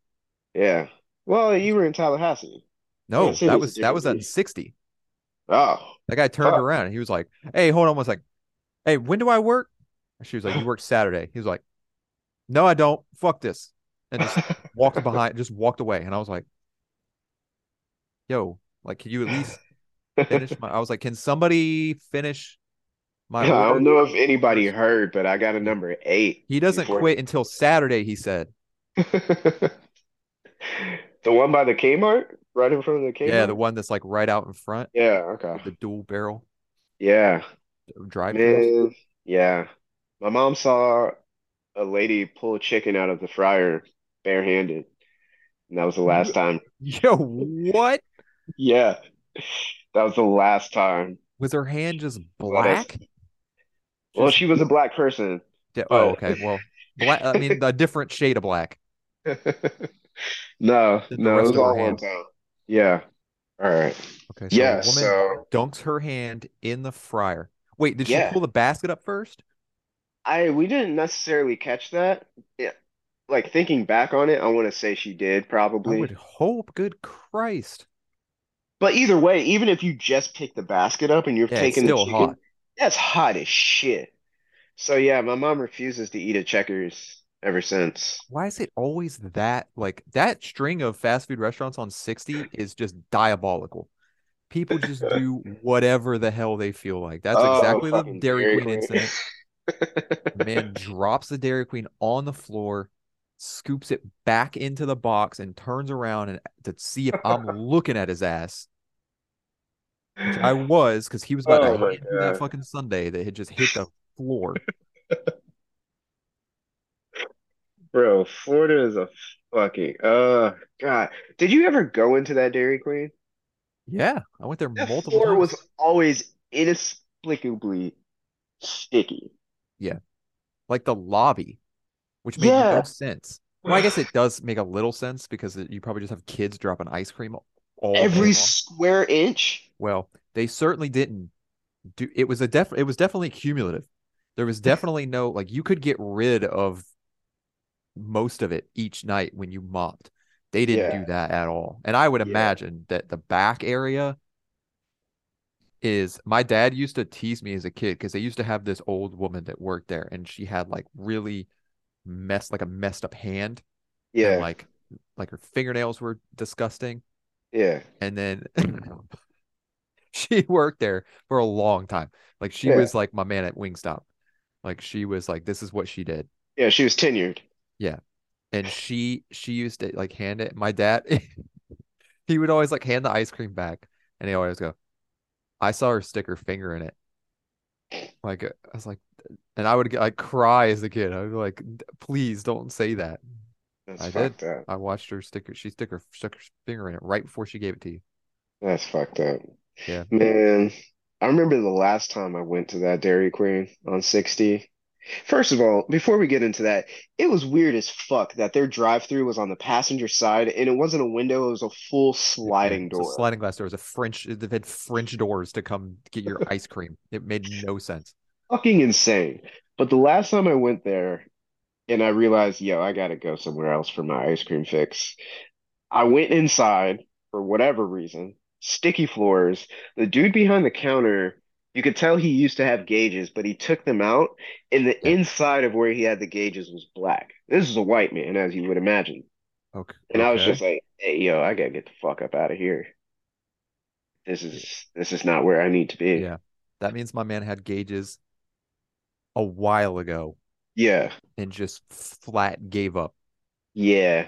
yeah. Well, you were in Tallahassee. No, City's a that was that different was at beast. sixty. Oh, That guy turned Fuck. around and he was like, "Hey, hold on one second. Hey, when do I work?" And she was like, "You work Saturday." He was like, "No, I don't. Fuck this," and just walked behind, just walked away. And I was like, "Yo, like, can you at least finish my?" I was like, "Can somebody finish my?" Yeah, I order?" don't know if anybody heard, but I got a number eight. He doesn't before- quit until Saturday, he said. The one by the Kmart, right in front of the Kmart. Yeah, the one that's like right out in front, Yeah, okay. the dual barrel Yeah, drive. man. Yeah. My mom saw a lady pull a chicken out of the fryer barehanded, and that was the last time. Yo, what? Yeah, that was the last time. Was her hand just Well, that's- black? Well, Just- she was a black person. Yeah, oh, but- okay. Well, black. I mean, a different shade of black. No, Did the no, it rest was of her all one hand. time. Yeah. All right. Okay, so Yeah, a woman so. dunks her hand in the fryer. Wait, did she Yeah. pull the basket up first? I we didn't necessarily catch that. Yeah. Like thinking back on it, I want to say she did I probably. would hope. Good Christ! But either way, even if you just pick the basket up and you're Yeah, it's taking the still chicken, hot. that's hot as shit. So yeah, my mom refuses to eat at Checkers ever since. Why is it always that? Like that string of fast food restaurants on sixty is just diabolical. People just do whatever the hell they feel like. That's Oh, exactly the fucking Dairy Dairy Queen incident. Man drops the Dairy Queen on the floor, scoops it back into the box, and turns around and to see if I'm looking at his ass. Which I was because he was about Oh to my hand me that God. fucking Sunday that had just hit the floor. Bro, Florida is a fucking uh God. Did you ever go into that Dairy Queen? Yeah, I went there That multiple floor times. was always inexplicably sticky. Like the lobby, which made Yeah. no sense. Well, I guess it does make a little sense because it, you probably just have kids dropping ice cream all day Every long. square inch. Well, they certainly didn't do it was a def it was definitely cumulative. There was definitely no like you could get rid of most of it each night when you mopped. They didn't Yeah. do that at all. And I would Yeah. imagine that the back area is my dad used to tease me as a kid because they used to have this old woman that worked there and she had like really messed like a messed up hand Yeah. and like like her fingernails were disgusting yeah. and then she worked there for a long time like she Yeah. was like my man at wingstop like she was like this is what she did Yeah. She was tenured. and she she used to like hand it my dad he would always like hand the ice cream back and he always go i saw her stick her finger in it like uh, i was like and i would get like cry as a kid i would be like "D- please don't say that That's I fucked up. i watched her stick her she stick her stuck her finger in it right before she gave it to you That's fucked up. Yeah. Man, I remember the last time I went to that Dairy Queen on 60. First of all, before we get into that, it was weird as fuck that their drive-through was on the passenger side and it wasn't a window, it was a full sliding It's a door. sliding glass door is a french they've had french doors to come get your ice cream it made no sense Fucking insane. But the last time I went there and I realized, yo, I gotta go somewhere else for my ice cream fix. I went inside for whatever reason, sticky floors. The dude behind the counter, you could tell he used to have gauges, but he took them out, and the Yeah. inside of where he had the gauges was black. This is a white man, as you would imagine. okay And I was okay. just like, hey, yo, I gotta get the fuck up out of here. This is this is not where I need to be. yeah that means my man had gauges a while ago Yeah. and just flat gave up. Yeah.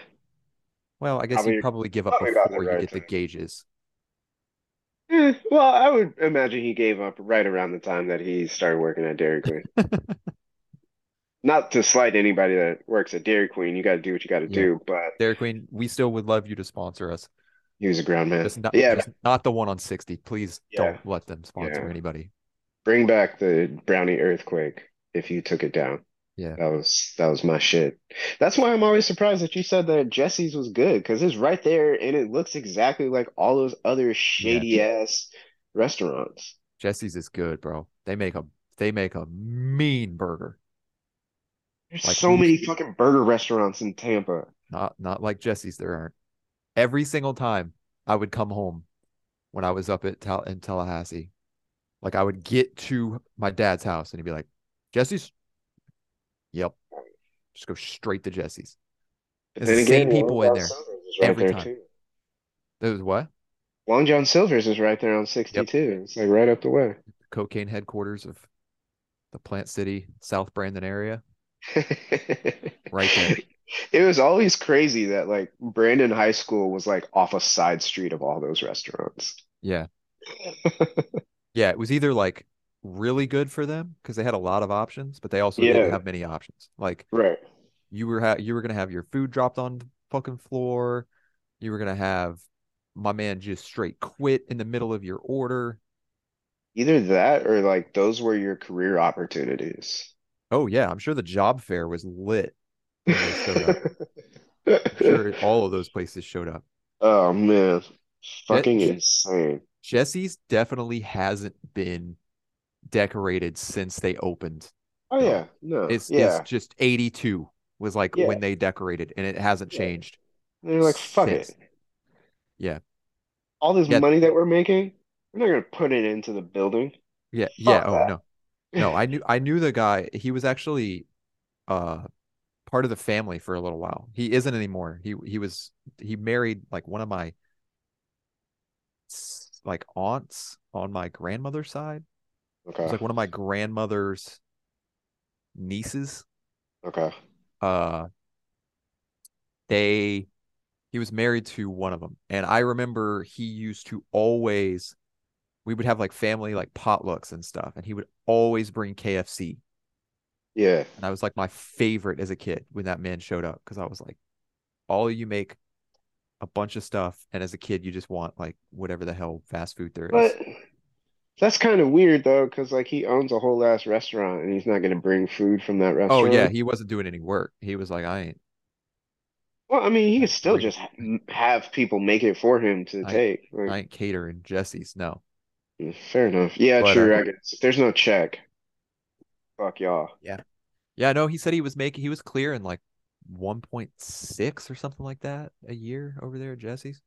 Well, I guess Probably- he'd probably give up probably about the before you right get the time. gauges. Eh, well, I would imagine he gave up right around the time that he started working at Dairy Queen. Not to slight anybody that works at Dairy Queen, you got to do what you got to Yeah. do, but Dairy Queen, we still would love you to sponsor us. he was a ground man. Just not, Yeah, just not the one on 60. Please Yeah. don't let them sponsor Yeah. anybody. bring back the Brownie earthquake if you took it down. Yeah. That was that was my shit. That's why I'm always surprised that you said that Jesse's was good because it's right there and it looks exactly like all those other shady ass restaurants. Jesse's is good, bro. They make a they make a mean burger. There's Like so you- many fucking burger restaurants in Tampa. Not not like Jesse's there aren't. Every single time I would come home when I was up at Tal- in Tallahassee, like I would get to my dad's house and he'd be like, "Jesse's." Yep. Just go straight to Jesse's. But It's the same people in Long John there Silver's is right every there time. too. There was what? Long John Silver's is right there on 62. It's like right up the way. Cocaine headquarters of the Plant City, South Brandon area. Right there. It was always crazy that like Brandon High School was like off a side street of all those restaurants. Yeah. Yeah. It was either like really good for them because they had a lot of options, but they also Yeah. didn't have many options. Like Right. you were ha- you were gonna have your food dropped on the fucking floor. You were gonna have my man just straight quit in the middle of your order. Either that or like those were your career opportunities. Oh yeah, I'm sure the job fair was lit. when they showed up. I'm sure all of those places showed up. Oh man. Fucking That- insane. Jesse's definitely hasn't been decorated since they opened. Oh Yeah. yeah. No. It's yeah. it's just 82 was like Yeah. when they decorated and it hasn't Yeah. changed. They're like, fuck it. since. Yeah. All this Yeah. money that we're making, we're not gonna put it into the building. Yeah, yeah, Fuck oh that. no. No, I knew I knew the guy. He was actually uh part of the family for a little while. He isn't anymore. He he was he married like one of my s- like aunts on my grandmother's side. It was Okay. like one of my grandmother's nieces. Okay. uh they he was married to one of them and i remember he used to always we would have like family like potlucks and stuff and he would always bring kfc Yeah. and i was like my favorite as a kid when that man showed up because i was like all you make a bunch of stuff and as a kid you just want like whatever the hell fast food there is But that's kind of weird though, because like he owns a whole ass restaurant and he's not gonna bring food from that oh restaurant. yeah he wasn't doing any work he was like i ain't Well, I mean, he could still Bring- just ha- have people make it for him to I- take. i Like, mm, ain't catering jesse's no fair enough. Yeah, But, true, uh, I guess. If there's no check, fuck y'all. Yeah, no, he said he was making he was clearing like 1.6 or something like that a year over there at Jesse's.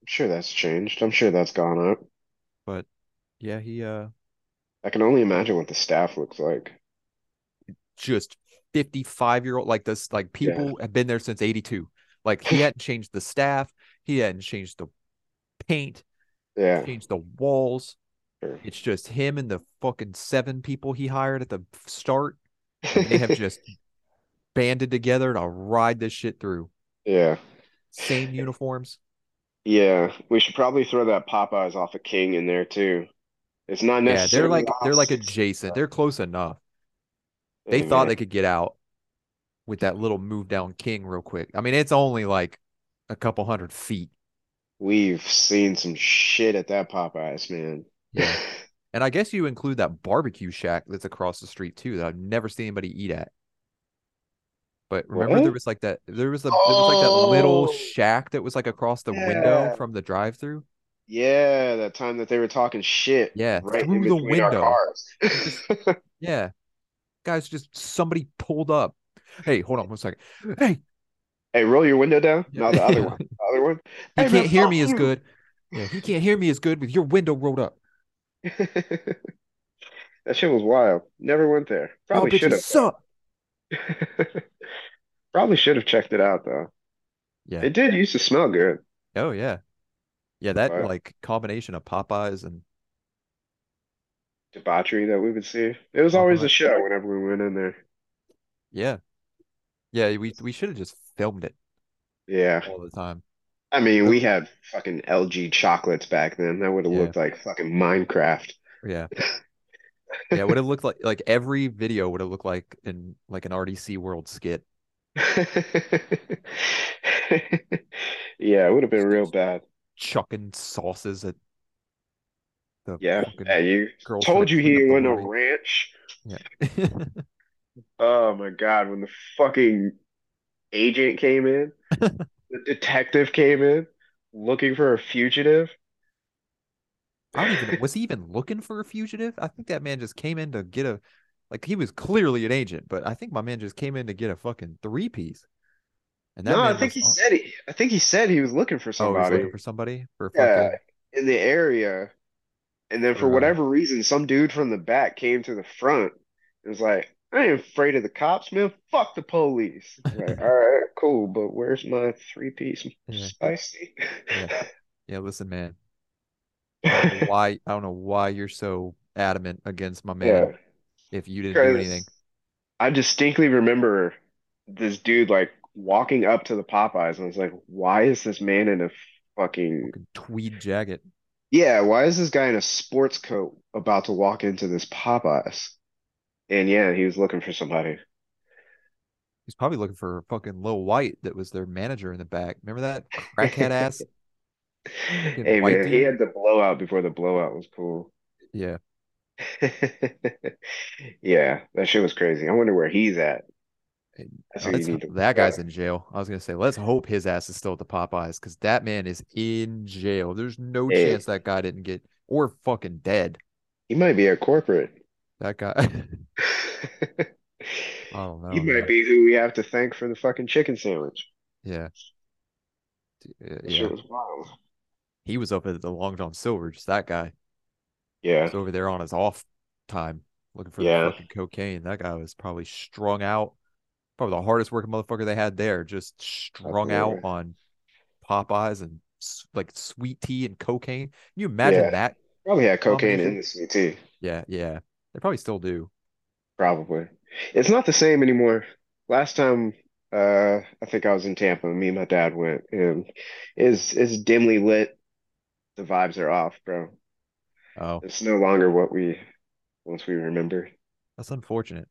I'm sure that's changed. I'm sure that's gone up. Yeah, he uh I can only imagine what the staff looks like. just 55 year old like this like people have been there since 82. Like he hadn't changed the staff, he hadn't changed the paint, Yeah. changed the walls. sure. It's just him and the fucking seven people he hired at the start. And they have just banded together to ride this shit through. Yeah. Same uniforms. Yeah. We should probably throw that Popeyes off of King in there too. It's not Yeah, they're necessarily like they're like opposite. adjacent. They're close enough. They Hey, thought man. they could get out with that little move down king real quick. I mean, it's only like a couple hundred feet. We've seen some shit at that Popeyes, man. Yeah. And I guess you include that barbecue shack that's across the street too that I've never seen anybody eat at. But remember there What? was like that there was a there was like that little Oh. shack that was like across the Yeah. window from the drive-through. Yeah, that time that they were talking shit Yeah, right in through the between our window. cars. Yeah. Guys, just somebody pulled up. Hey, hold on one second. Hey, Hey, roll your window down. Yeah. No, the other one. The other one. Hey, he man, can't hear fuck me as you. good. Yeah, he can't hear me as good with your window rolled up. That shit was wild. Never went there. Y'all Probably should bitches have. suck. Probably should have checked it out though. Yeah. It did used to smell good. Oh yeah. Yeah, that Wow. like combination of Popeyes and Debauchery that we would see. It was always a Popeyes. show whenever we went in there. yeah. Yeah, we we should have just filmed it Yeah. all the time. I mean, But- we had fucking LG chocolates back then. That would have Yeah. looked like fucking Minecraft. Yeah. Yeah, it would have looked like like every video would have looked like in like an RDC World skit. Yeah, it would have been real bad. Chucking sauces at the Yeah. fucking Hey, you girl from told you from the he went to brewery. ranch. Yeah. Oh my God, when the fucking agent came in, the detective came in looking for a fugitive. I don't even was he even looking for a fugitive? I think that man just came in to get a like he was clearly an agent, but I think my man just came in to get a fucking three piece. And that No, I man think he was on- said he I think he said he was looking for oh, he was somebody looking for somebody for Yeah. fucking in the area. And then for Right. whatever reason, some dude from the back came to the front and was like, I ain't afraid of the cops, man. Fuck the police. I'm like, all right, cool, but where's my three-piece Yeah. spicy? Yeah. Yeah, listen, man. I don't know why I don't know why you're so adamant against my man Yeah. if you didn't do anything. Because I distinctly remember this dude like walking up to the Popeyes and I was like, why is this man in a fucking Fucking tweed jacket. yeah, why is this guy in a sports coat about to walk into this Popeyes? And yeah, he was looking for somebody. He's probably looking for fucking Lil White that was their manager in the back. Remember that crackhead ass? Fucking Hey white man, he dude. had the blowout before the blowout was cool. Yeah. Yeah, that shit was crazy. I wonder where he's at. That's who you Uh, Let's need hope to that look guy's up. in jail. I was gonna say, let's hope his ass is still at the Popeyes because that man is in jail. There's no Hey. chance that guy didn't get or fucking dead. He might be a corporate. That guy. I don't know. He Oh, man. might be who we have to thank for the fucking chicken sandwich. Yeah. D- uh, That Yeah. shit was wild. He was up at the Long John Silver, just that guy. Yeah, was over there on his off time looking for Yeah. the fucking cocaine. That guy was probably strung out. Probably the hardest working motherfucker they had there, just strung out Absolutely. on Popeyes and s- like sweet tea and cocaine. Can you imagine Yeah. that? probably had cocaine Combination? in the CT. Yeah, yeah. They probably still do. Probably. It's not the same anymore. Last time, uh, I think I was in Tampa. Me and my dad went, and is is dimly lit. The vibes are off, bro. Oh, It's no longer what we once we remember. that's unfortunate.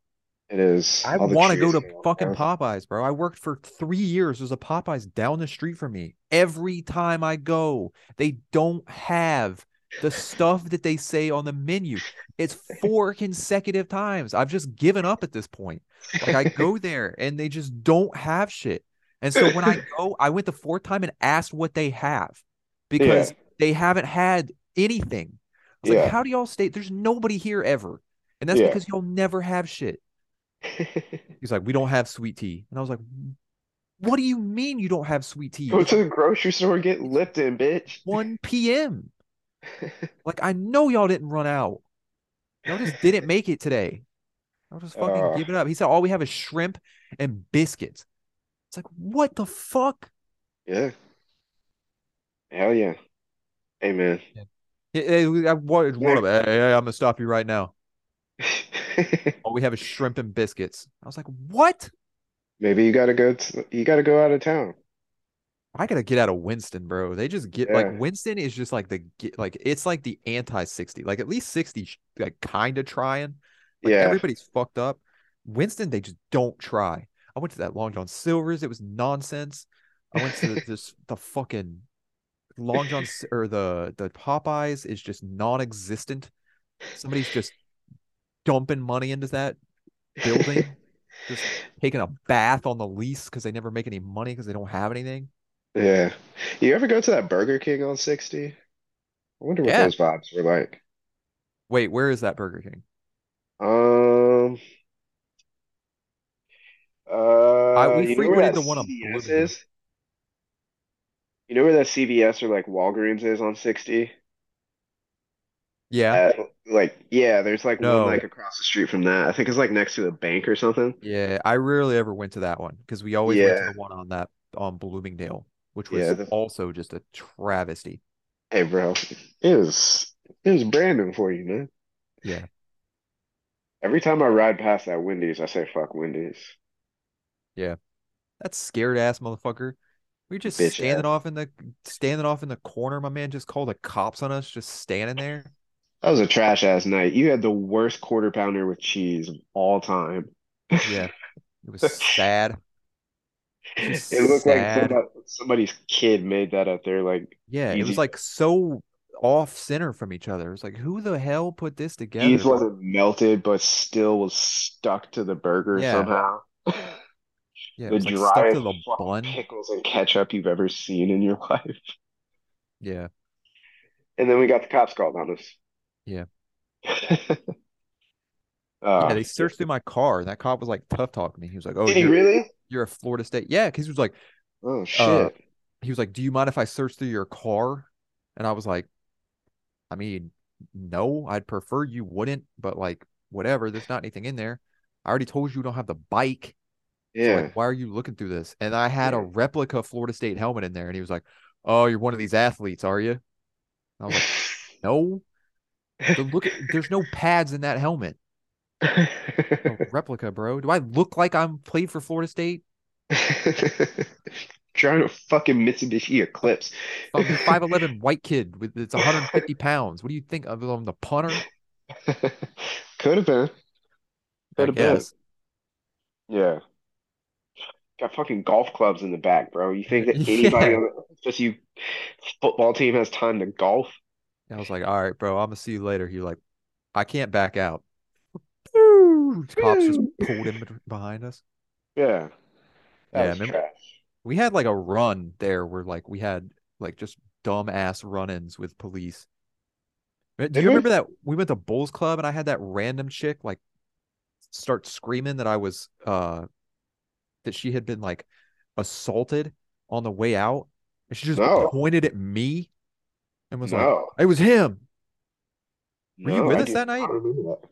It is I all the want to go trees to now, fucking bro. Popeyes, bro. I worked for three years. There's a Popeyes down the street from me. Every time I go, they don't have the stuff that they say on the menu. It's four consecutive times. I've just given up at this point. Like I go there and they just don't have shit. And so when I go, I went the fourth time and asked what they have because they haven't had anything. I was Yeah. like, how do y'all stay? There's nobody here ever. And that's Yeah. because y'all never have shit. He's like, we don't have sweet tea. And I was like, what do you mean you don't have sweet tea? Go It's to the grocery store and get Lipton, bitch. 1 p.m. Like I know y'all didn't run out. Y'all just didn't make it today. I'll just fucking Uh. give it up. He said all we have is shrimp and biscuits. It's like what the fuck? Yeah. Hell yeah. Amen. Hey, hey, we- I wanted one of it. Hey, hey, I'm gonna stop you right now. All we have is shrimp and biscuits. I was like, what? Maybe you gotta go to, you gotta go out of town. I gotta get out of Winston, bro. They just get Yeah. like Winston is just like the ge- like it's like the anti sixty. Like at least sixty, sh- like kind of trying. Like Yeah. everybody's fucked up. Winston, they just don't try. I went to that Long John Silver's. It was nonsense. I went to this the fucking Long John S- or the the Popeyes is just non-existent. Somebody's just dumping money into that building, just taking a bath on the lease because they never make any money because they don't have anything. Yeah. You ever go to that Burger King on 60? I wonder what Yeah. those vibes were like. Wait, where is that Burger King? Um, uh, you we know where frequented that the one on CVS Bloomingdale. is? You know where that CVS or like Walgreens is on 60? Yeah. Uh, like, yeah, there's like one No. like across the street from that. I think it's like next to the bank or something. Yeah, I rarely ever went to that one because we always went Yeah. to the one on that on Bloomingdale, which was Yeah, the- also just a travesty. Hey, bro, it was it was Brandon for you, man. Yeah. Every time I ride past that Wendy's, I say fuck Wendy's. That scared ass motherfucker. We were just Bitch ass. standing off in the standing off in the corner. My man just called the cops on us, just standing there. That was a trash ass night. You had the worst quarter pounder with cheese of all time. Yeah. It was sad. It was It looked like sad. somebody, somebody's kid made that up there. Like Yeah, it was Easy. like so off center from each other. It was like, who the hell put this together? cheese wasn't melted, but still was stuck to the burger Yeah. somehow. Yeah, it The was like stuck to driest the fucking bun. pickles and ketchup you've ever seen in your life. Yeah. And then we got the cops called on us. Yeah. Uh, Yeah, they searched through my car, and that cop was like tough talking me. He was like, "Oh, Did he you're, really? you're a Florida State." Yeah, because he was like, Oh Uh, shit. he was like, "Do you mind if I search through your car?" And I was like, "I mean, no, I'd prefer you wouldn't, but like, whatever. There's not anything in there. I already told you you don't have the bike. So, Yeah. like, why are you looking through this?" And I had a Yeah. replica Florida State helmet in there, and he was like, "Oh, you're one of these athletes, are you?" And I was like, "No, The- look, at- there's no pads in that helmet. A replica, bro. Do I look like I'm played for Florida State?" Trying to fucking Mitsubishi Eclipse. fucking five eleven white kid with it's 150 pounds. What do you think of him, the punter? Could have been. I Could have been. guess. Yeah. Got fucking golf clubs in the back, bro. You think that Yeah. anybody on the FSU football team has time to golf? And I was like, all right, bro, I'm gonna see you later. He like, I can't back out. Cops just pulled him bet- behind us. Yeah. That Yeah, was remember- trash. We had like a run there where like we had like just dumb ass run-ins with police. Re- Do Did you we? remember that we went to Bulls Club and I had that random chick like start screaming that I was uh that she had been like assaulted on the way out and she just No. pointed at me and was like No. it was him Were you No, with I us do that not night? remember that.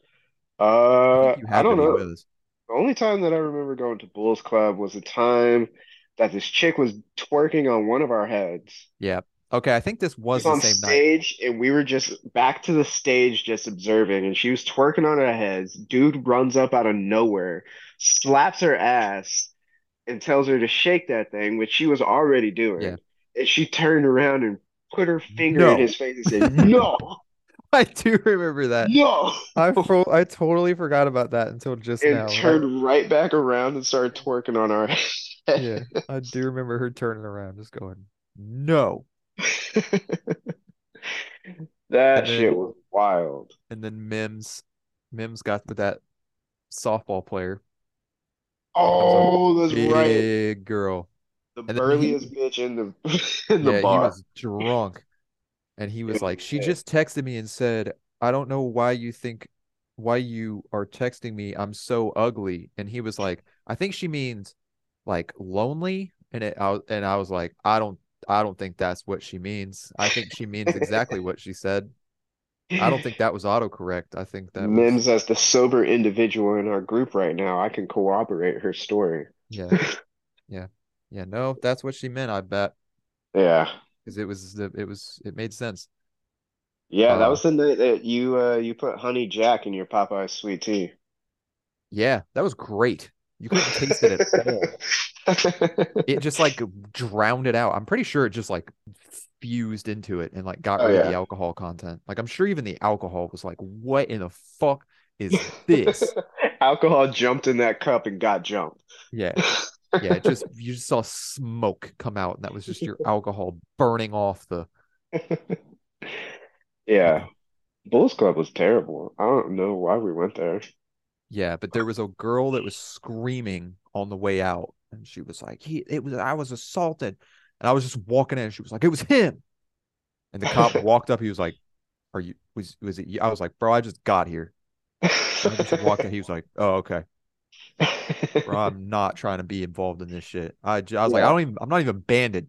I Uh, think you I had to don't be know. with us The only time that I remember going to Bulls Club was the time that this chick was twerking on one of our heads. yeah okay I think this She was was the on same night stage, and we were just back to the stage, just observing, and she was twerking on our heads. Dude runs up out of nowhere, slaps her ass, and tells her to shake that thing, which she was already doing. Yeah. And she turned around and put her finger No. in his face and said, "No, I do remember that no," I fro- I totally forgot about that until just and now I- turned right back around and started twerking on our head. yeah I do remember her turning around just going no That And shit then- was wild. and then Mims Mims got with that softball player Oh, that's right. big girl The then he- burliest bitch in the in the yeah, bar. he was drunk. And he was was like, she lit. just texted me and said, I don't know why you think why you are texting me. I'm so ugly. And he was like, I think she means like lonely. And it I, was- and I was like, I don't I don't think that's what she means. I think she means exactly what she said. I don't think that was autocorrect. I think that was, Mims, as the sober individual in our group right now, I can corroborate her story. yeah, yeah, yeah. No, that's what she meant. I bet Yeah. because it was the it was it made sense. Yeah, that Uh, was the night that you uh you put honey jack in your Popeye's sweet tea. Yeah, that was great. You couldn't taste it at all. It just like drowned it out. I'm pretty sure it just like fused into it and like got Oh rid of yeah. the alcohol content. Like I'm sure even the alcohol was like, what in the fuck is this? Alcohol jumped in that cup and got jumped. Yeah. Yeah, it just you just saw smoke come out, and that was just your alcohol burning off the. Yeah. Oh, Bulls Club was terrible. I don't know why we went there. yeah, but there was a girl that was screaming on the way out, and she was like, "He, it was I was assaulted," and I was just walking in, and she was like, "It was him," and the cop walked up, he was like, "Are you was was it you?" I was like, "Bro, I just got here," and I just walked in, he was like, "Oh, okay." Bro, I'm not trying to be involved in this shit. I, j- I was like, I Yeah. don't even, I'm not even banded.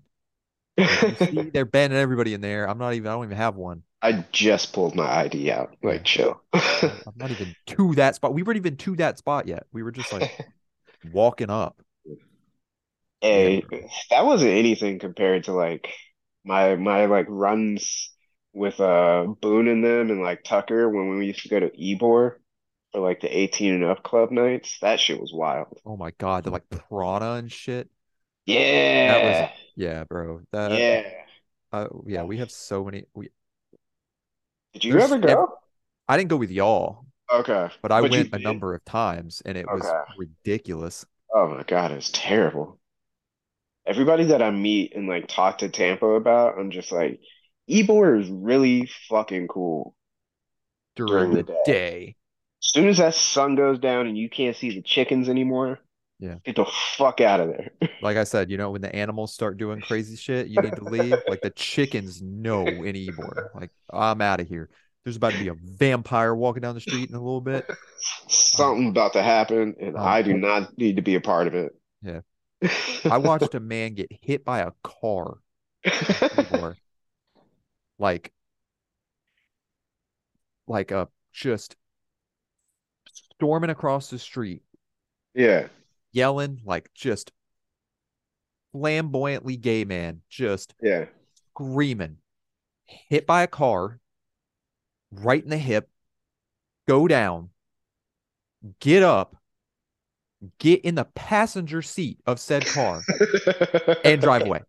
Like, you see, they're banning everybody in there. I'm not even, I don't even have one. I just pulled my ID out. Like, Yeah. chill. I'm I'm not even to that spot. We weren't even to that spot yet. We were just like walking up. Yeah, Hey, bro. that wasn't anything compared to like my my like runs with uh Boone and them and like Tucker when we used to go to Ybor for like the 18 and up club nights. That shit was wild. Oh my God. The like Prada and shit. That was, Yeah. yeah, bro. That, Yeah. uh, yeah, we have so many. We, Did you there's ever ev- go? I didn't go with y'all, Okay. but I But you went a did? number of times and it was Okay. ridiculous. Oh my God, it's terrible. Everybody that I meet and like talk to Tampa about, I'm just like, Ybor is really fucking cool during during the the day. day. As soon as that sun goes down and you can't see the chickens anymore, Yeah. Get the fuck out of there. Like I said, you know, when the animals start doing crazy shit, you need to leave. Like the chickens know in Ebor. Like, I'm out of here. There's about to be a vampire walking down the street in a little bit. I'm Something about to happen, and I'm I do not need to be a part of it. Oh, yeah. I watched a man get hit by a car in Ebor. Like like a just storming across the street, Yeah. yelling, like just flamboyantly gay man, just Yeah. screaming, hit by a car, right in the hip, go down. get up, get in the passenger seat of said car, and drive away.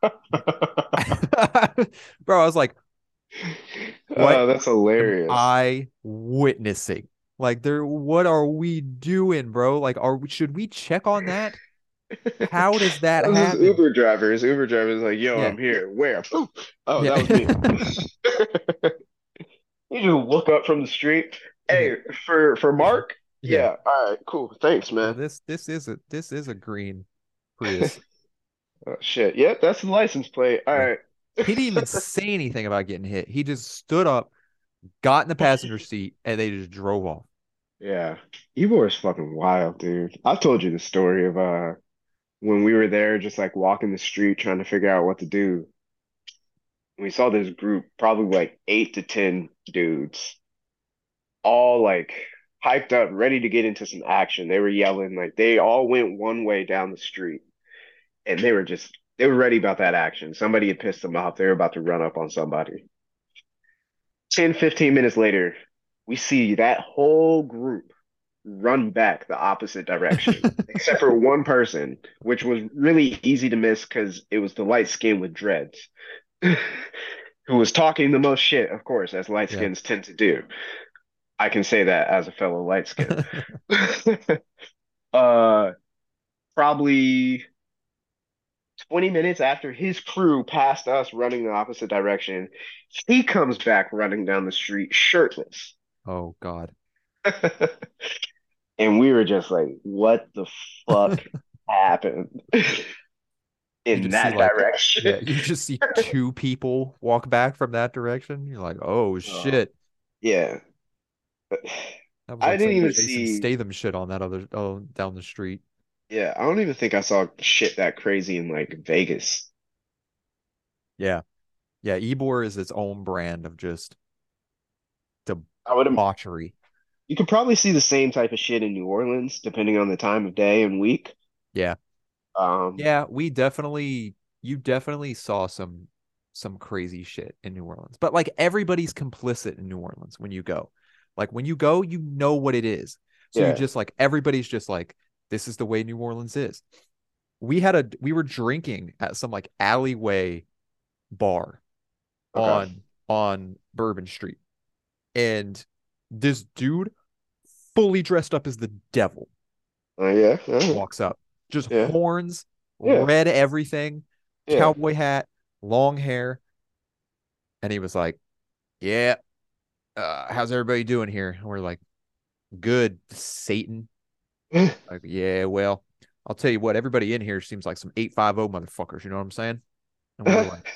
Bro, I was like, what Oh, that's am hilarious. I witnessing? Like, there, what are we doing, bro? Like, are we, should we check on that? How does that That was his happen? Uber driver. His Uber driver is like, "Yo, Yeah, I'm here. Where?" Boop. Oh, yeah, that was me. You just look up from the street. yeah, Hey, for for Mark? yeah. Yeah. All right. Cool. Thanks, Yeah, man. this this is a this is a green Prius. Oh shit. Yep, that's the license plate. All Yeah. right. He didn't even say anything about getting hit. He just stood up, got in the passenger seat, and they just drove off. Yeah. Ybor is fucking wild, dude. I've told you the story of uh when we were there just like walking the street trying to figure out what to do. We saw this group, probably like eight to ten dudes, all like hyped up, ready to get into some action. They were yelling, like they all went one way down the street and they were just they were ready about that action. Somebody had pissed them off. They were about to run up on somebody. 10, 15 minutes later, we see that whole group run back the opposite direction, except for one person, which was really easy to miss because it was the light skin with dreads, who was talking the most shit, of course, as light Yeah. skins tend to do. I can say that as a fellow light skin. uh, probably 20 minutes after his crew passed us running the opposite direction, he comes back running down the street shirtless. Oh God. And we were just like, what the fuck happened you in just see that like direction? yeah you just see two people walk back from that direction you're like oh Oh, shit yeah. that was I like didn't some even jason see, statham shit on that other oh down the street yeah, I don't even think I saw shit that crazy in like Vegas. Yeah. Yeah. Ebor is its own brand of just I would. im- debauchery. You could probably see the same type of shit in New Orleans, depending on the time of day and week. Yeah. Um, Yeah. We definitely, you definitely saw some, some crazy shit in New Orleans, but like everybody's complicit in New Orleans when you go. Like when you go, you know what it is. So you yeah. just like, everybody's just like, this is the way New Orleans is. We had a, we were drinking at some like alleyway bar Okay. on on Bourbon Street, and this dude, fully dressed up as the devil, Uh, yeah. uh, walks up, just Yeah. horns, Yeah. red everything, yeah. cowboy hat, long hair, and he was like, "Yeah, uh, how's everybody doing here?" And we're like, "Good, Satan." Like, yeah, well, I'll tell you what, everybody in here seems like some eight five zero motherfuckers. You know what I'm saying? And we were like.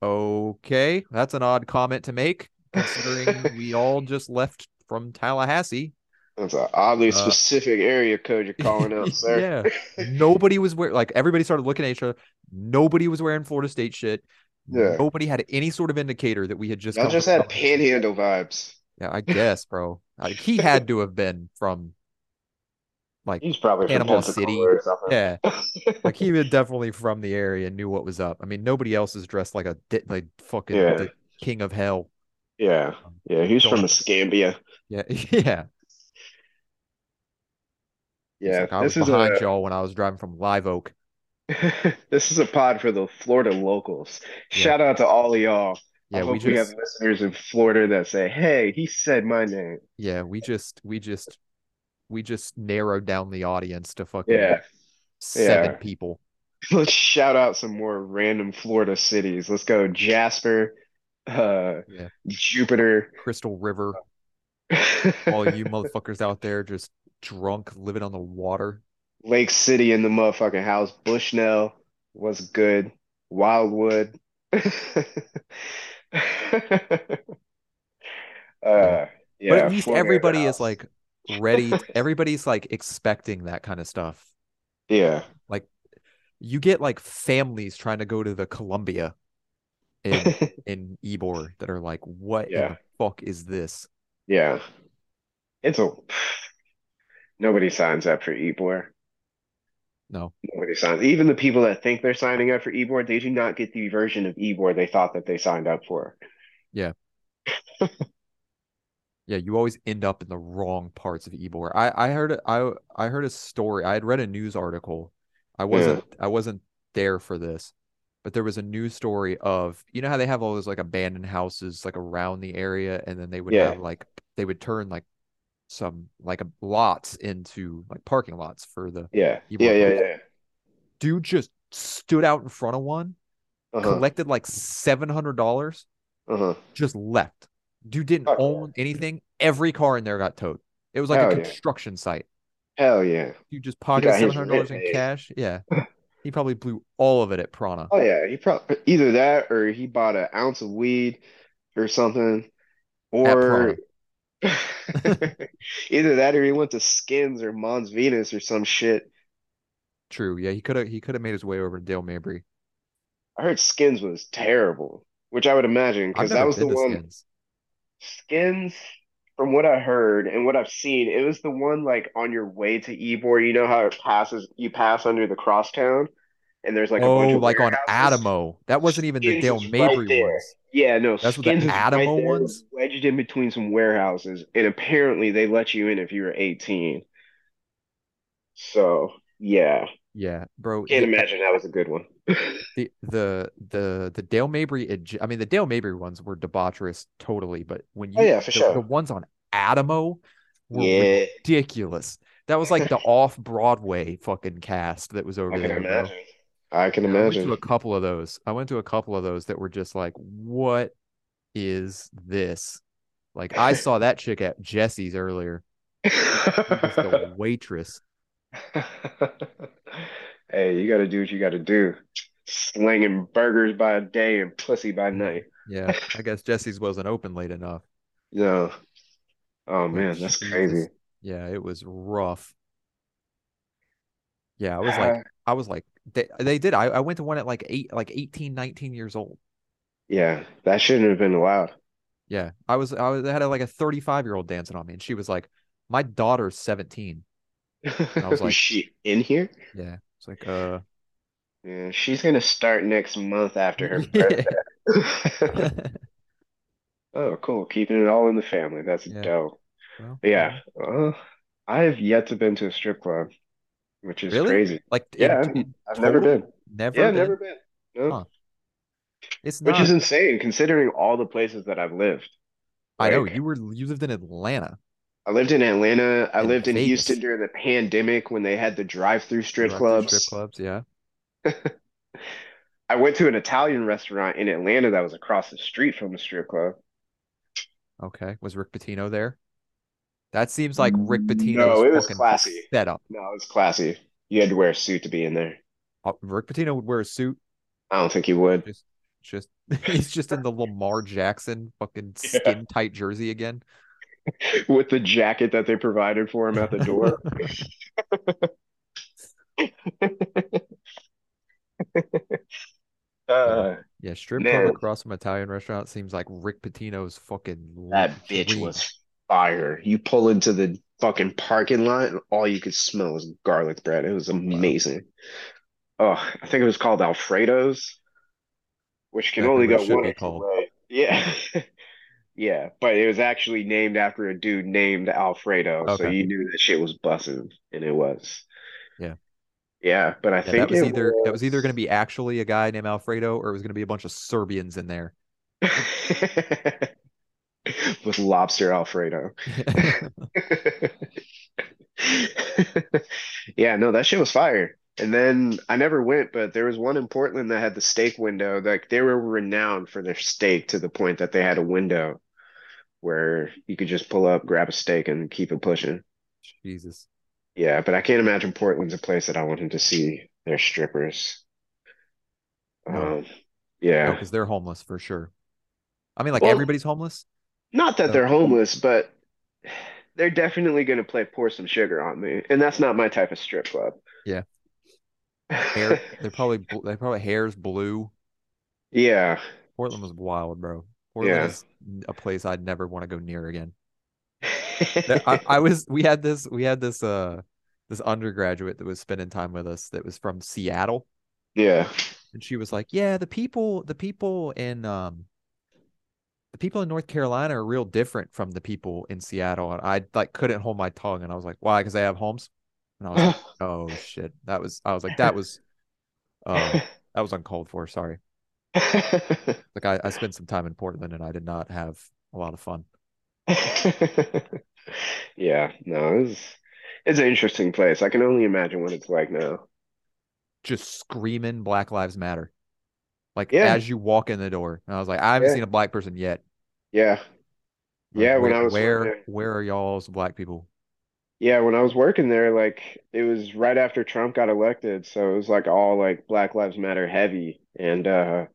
Okay, that's an odd comment to make, considering we all just left from Tallahassee. That's an oddly Uh, specific area code you're calling out, sir. yeah, nobody was wearing like everybody started looking at each other. Nobody was wearing Florida State shit. Yeah. Nobody had any sort of indicator that we had just. Y'all come just from had Tallahassee. panhandle vibes. Yeah, I guess, bro. Like he had to have been from like He's probably from Panama Pensacola City. or yeah, something. like he was definitely from the area and knew what was up. I mean, nobody else is dressed like a di- like fucking Yeah. the king of hell. Yeah. Yeah. He's from Don't- Escambia. Yeah, yeah. It's Yeah. like I was This is behind a y'all when I was driving from Live Oak. this is a pod for the Florida locals. Yeah. Shout out to all of y'all. I Yeah, we hope we have just listeners in Florida that say, "Hey, he said my name." yeah, we just we just we just narrowed down the audience to fucking Yeah. seven Yeah. people. Let's shout out some more random Florida cities. Let's go Jasper, uh, Yeah. Jupiter. Crystal River, all you motherfuckers out there just drunk, living on the water. Lake City in the motherfucking house. Bushnell was good. Wildwood. Yeah. Uh, But at yeah, least Florida in the everybody is house. like ready. t- Everybody's like expecting that kind of stuff. Yeah. Like you get like families trying to go to the Columbia in in Ybor that are like, what in Yeah. the fuck is this? Yeah. It's a nobody signs up for Ebor. No. Nobody signs. Even the people that think they're signing up for Ebor, they do not get the version of Ebor they thought that they signed up for. Yeah. Yeah, you always end up in the wrong parts of Ybor. I I heard a- I I heard a story. I had read a news article. I Yeah. wasn't I wasn't there for this, but there was a news story of you know how they have all those like abandoned houses like around the area, and then they would Yeah. have like they would turn like some like a- lots into like parking lots for the Yeah. Yeah. Ybor Yeah. police. Yeah. Dude just stood out in front of one, Uh-huh. collected like seven hundred dollars, Uh-huh. just left. Dude didn't Fuck Oh, yeah. own anything. Every car in there got towed. It was like a Hell yeah. construction site. Hell yeah. You just He pocketed got seven his hundred rent dollars in paid. cash. Yeah, he probably blew all of it at Prana. Oh yeah, he probably either that or he bought an ounce of weed or something, At or Prana, either that or he went to Skins or Mons Venus or some shit. true. Yeah, he could have. He could have made his way over to Dale Mabry. I heard Skins was terrible, which I would imagine I've because that never was the been to one Skins. Skins, from what I heard and what I've seen, it was the one like on your way to Ybor. You know how it passes, you pass under the crosstown, and there's like a bunch Oh, of like on warehouses. Adamo. That wasn't even the Skins Dale is right Mabry there. ones. Yeah, no, That's what the Skins is right Adamo there, ones. wedged in between some warehouses, and apparently they let you in if you were 18. So, yeah, Yeah, bro. can't The imagine that was a good one. the the the, the Dale Mabry. adj- I mean, the Dale Mabry ones were debaucherous totally, but when Oh you yeah, for the, the sure. ones on Adamo were Yeah, ridiculous. That was like the off Broadway fucking cast that was I over can there, bro. imagine. I can Yeah, I went to imagine. a couple of those. I went to a couple of those that were just like, what is this? Like, I saw that chick at Jesse's earlier. She was the waitress. Hey, you gotta do what you gotta do. Slinging burgers by day and pussy by night. Yeah, I guess Jesse's wasn't open late enough, No. Oh but man, that's crazy. Jesus, Uh. yeah, it was rough. Yeah, I was like, I was like They, they did. I, I went to one at like eight, like 18, 19 years old. Yeah, that shouldn't have been allowed. Yeah, I was I was I had a, like a 35 year old dancing on me, and she was like, "My daughter's 17." I was like- Is she in here? Yeah, it's like uh, Yeah, she's gonna start next month after her yeah. birthday. Oh, cool. Keeping it all in the family. That's Yeah. dope. Well, But yeah, uh, I have yet to been to a strip club, which is Really? crazy. like in- Yeah, I've never total? been. never, Yeah, been? never been. No. Huh. It's Which not. is insane considering all the places that I've lived. I know Like, you were you lived in Atlanta. I lived in Atlanta. I In lived in Vegas. Houston during the pandemic when they had the drive-through strip Drive-thru clubs. strip clubs. Yeah. I went to an Italian restaurant in Atlanta that was across the street from the strip club. Okay. Was Rick Pitino there? That seems like Rick Pitino's No, it was fucking classy. setup. No, it was classy. You had to wear a suit to be in there. Uh, Rick Pitino would wear a suit. I don't think you would. Just, just he's just in the Lamar Jackson fucking skin tight jersey again. With the jacket that they provided for him at the door. Uh, Yeah, strip Man. club across from Italian restaurant seems like Rick Pitino's fucking that bitch dream. was fire. You pull into the fucking parking lot and all you could smell was garlic bread. It was amazing. Oh, I think it was called Alfredo's, which can That's only what it go should one be of two called. ways. Yeah. Yeah, but it was actually named after a dude named Alfredo, so Okay. you knew that shit was bussin', and it was. Yeah. Yeah, but I Yeah, think that was it either that was either was- going to be actually a guy named Alfredo or it was going to be a bunch of Serbians in there. with lobster Alfredo. Yeah, no, that shit was fire. And then I never went, but there was one in Portland that had the steak window. Like they were renowned for their steak to the point that they had a window where you could just pull up, grab a steak, and keep it pushing. Jesus. Yeah, but I can't imagine Portland's a place that I wanted to see their strippers. No. Um, yeah. because they're homeless for sure. I mean, like Well- everybody's homeless. Not that So- they're homeless, but they're definitely going to play pour some sugar on me, and that's not my type of strip club. Yeah. Hair, they're probably bl- they probably hair's blue. Yeah. Portland was wild, bro. Portland Yeah. is a place I'd never want to go near again. There- I, I was we had this we had this uh this undergraduate that was spending time with us that was from Seattle, Yeah. and she was like, "Yeah, the people the people in um the people in North Carolina are real different from the people in Seattle." And I like couldn't hold my tongue, and I was like, "Why? Because they have homes?" And I was like, Oh shit. That was I was like, that was uh that was uncalled for, sorry. Like I, I spent some time in Portland and I did not have a lot of fun. Yeah, no, it's it's an interesting place. I can only imagine what it's like now. Just screaming Black Lives Matter. Like Yeah. as you walk in the door. And I was like, I haven't Yeah. seen a black person yet. Yeah. Like, Yeah, where, when I was where working- where are y'all's black people? Yeah, when I was working there, like it was right after Trump got elected, so it was like all like Black Lives Matter heavy. And uh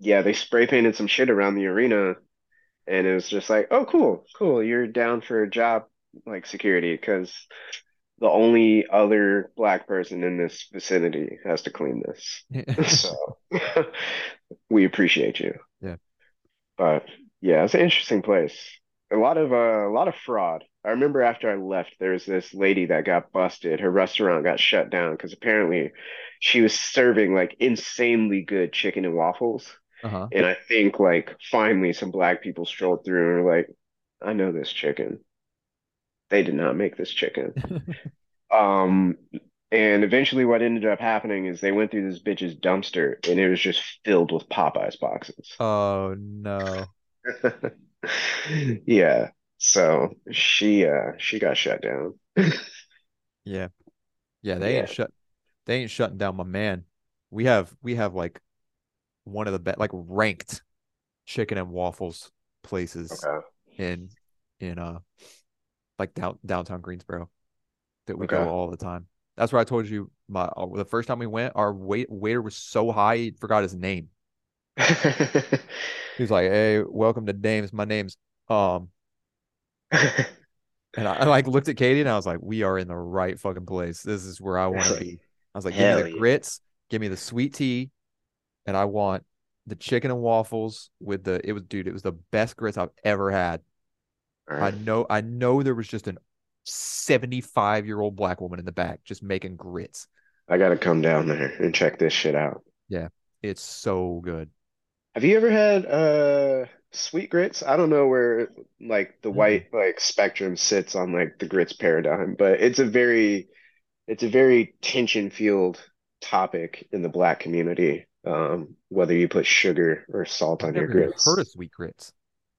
yeah, they spray painted some shit around the arena and it was just like, "Oh, cool. Cool. You're down for a job like security because the only other black person in this vicinity has to clean this." Uh-huh. So we appreciate you. Yeah. But yeah, it's an interesting place. A lot of uh, a lot of fraud. I remember after I left, there was this lady that got busted. Her restaurant got shut down because apparently she was serving like insanely good chicken and waffles. uh-huh. And I think like finally some black people strolled through and were like, I know this chicken. They did not make this chicken. Um, and eventually what ended up happening is they went through this bitch's dumpster and it was just filled with Popeyes boxes. Oh no. Yeah. So she uh she got shut down. Yeah. Yeah, they ain't Yeah. shut they ain't shutting down my man. We have we have like one of the best like ranked chicken and waffles places. Okay. in in uh like down, downtown Greensboro that we Okay. go all the time. That's where I told you my uh, the first time we went, our wait waiter was so high he forgot his name. He was like, "Hey, welcome to Dames. My name's um," and I, I like looked at Katie and I was like, "We are in the right fucking place. This is where I want to be." I was like, give me Hell the yeah. grits, give me the sweet tea, and I want the chicken and waffles with the it was dude, it was the best grits I've ever had. I know I know there was just an 75 year old black woman in the back just making grits. I gotta come down there and check this shit out. It's so good. Have you ever had uh sweet grits? I don't know where like the Mm. white like spectrum sits on like the grits paradigm, but it's a very it's a very tension-fueled topic in the black community. Um, whether you put sugar or salt on I've your never even grits. heard of sweet grits.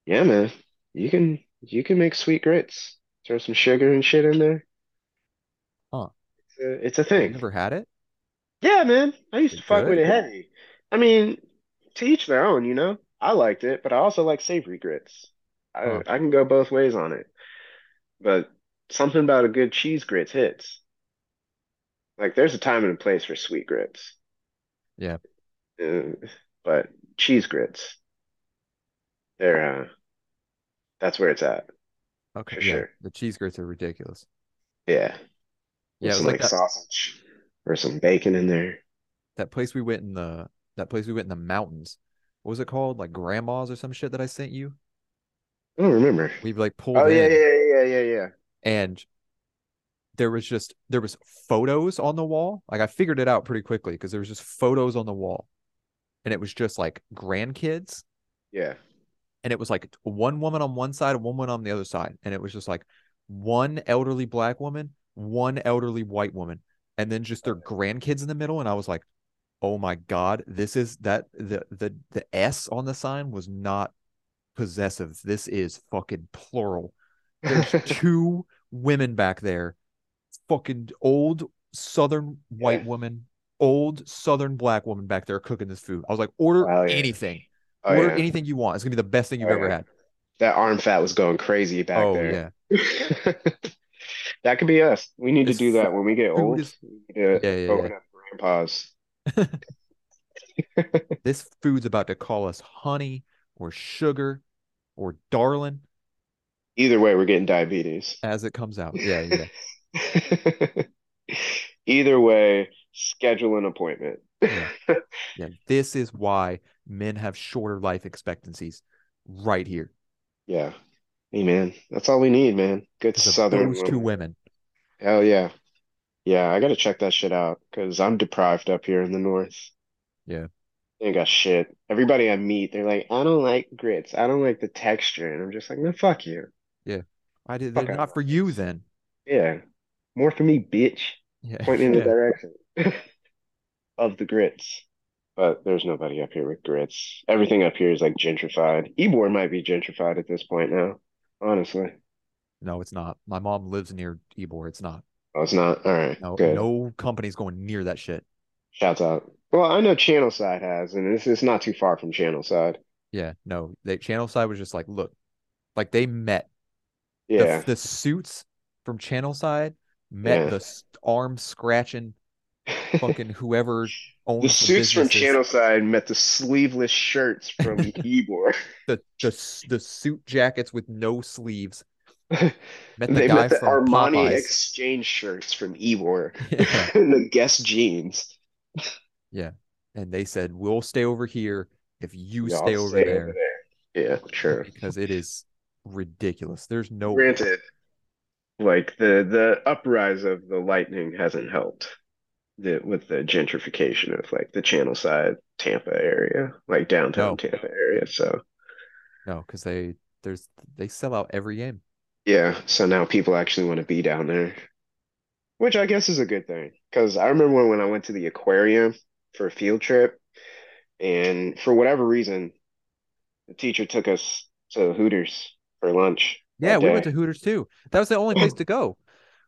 Yeah, man. You can you can make sweet grits. Throw some sugar and shit in there. Huh. It's a, it's a I've thing. never had it. Yeah, man. I used It to fuck with good? it heavy. I mean, to each their own, you know? I liked it, but I also like savory grits. I, Huh. I can go both ways on it. But something about a good cheese grits hits. Like there's a time and a place for sweet grits. Yeah. Uh, but cheese grits, they're uh that's where it's at Okay. for yeah. sure. The cheese grits are ridiculous. Yeah. With Yeah, it some was like like that, sausage or some bacon in there. that place we went in the that place we went in the mountains. What was it called? Like grandma's or some shit that I sent you? I don't remember. We like pulled Oh yeah, in yeah, yeah, yeah, yeah. and there was just there was photos on the wall. Like I figured it out pretty quickly because there was just photos on the wall. And it was just like grandkids. Yeah. and it was like one woman on one side and one woman on the other side and it was just like one elderly black woman one elderly white woman and then just their grandkids in the middle and i was like oh my god this is that the the the s on the sign was not possessive this is fucking plural there's two women back there fucking old southern white Yeah. woman old southern black woman back there cooking this food i was like order Oh yeah. anything Oh order yeah. anything you want it's gonna be the best thing you've Oh, ever yeah. had That arm fat was going crazy back Oh there. yeah, That could be us. We need to This do that fu- when we get food old. is We need to yeah yeah yeah. open up grandpa's. This food's about to call us honey or sugar or darling Either way, we're getting diabetes. as it comes out. Yeah yeah. Either way, schedule an appointment. Yeah. Yeah, this is why men have shorter life expectancies right here Yeah. Hey man, that's all we need, man. Good because of Southern those two woman. women. Hell yeah. Yeah, I gotta check that shit out because I'm deprived up here in the north. Yeah. Ain't got shit. Everybody I meet, they're like, I don't like grits. I don't like the texture. And I'm just like, no, fuck you. I did they're Fuck out not of for my you face. then. Yeah. More for me, bitch. Yeah. Point me in the Yeah. direction of the grits. But there's nobody up here with grits. Everything up here is like gentrified. Ybor might be gentrified at this point now, honestly. No, it's not. My mom lives near Ybor. It's not. Oh, it's not. All right, No, good. no company's going near that shit. Shouts out. Well, I know Channel Side has, and it's, it's not too far from Channel Side. Yeah, no. They Channel Side was just like, look, like they met the Yeah, the suits from Channel Side met Yeah. the s- arm scratching fucking whoever owns the the suits from businesses. Channel Side met the sleeveless shirts from Ybor. The, the s- the suit jackets with no sleeves met the They guy met the from Armani Popeyes. exchange shirts from Ybor Yeah. and the Guess jeans. And they said, "We'll stay over here if you Y'all stay over stay there over there. Yeah, true. because it is ridiculous. There's no Granted, like the the uprise of the lightning hasn't helped the, with the gentrification of like the Channel Side Tampa area, like downtown no Tampa area. So no because they there's they sell out every game. yeah, so now people actually want to be down there, which I guess is a good thing because I remember when, when I went to the aquarium for a field trip, and for whatever reason, the teacher took us to Hooters for lunch Yeah, that we went day. to Hooters too. That was the only place to go.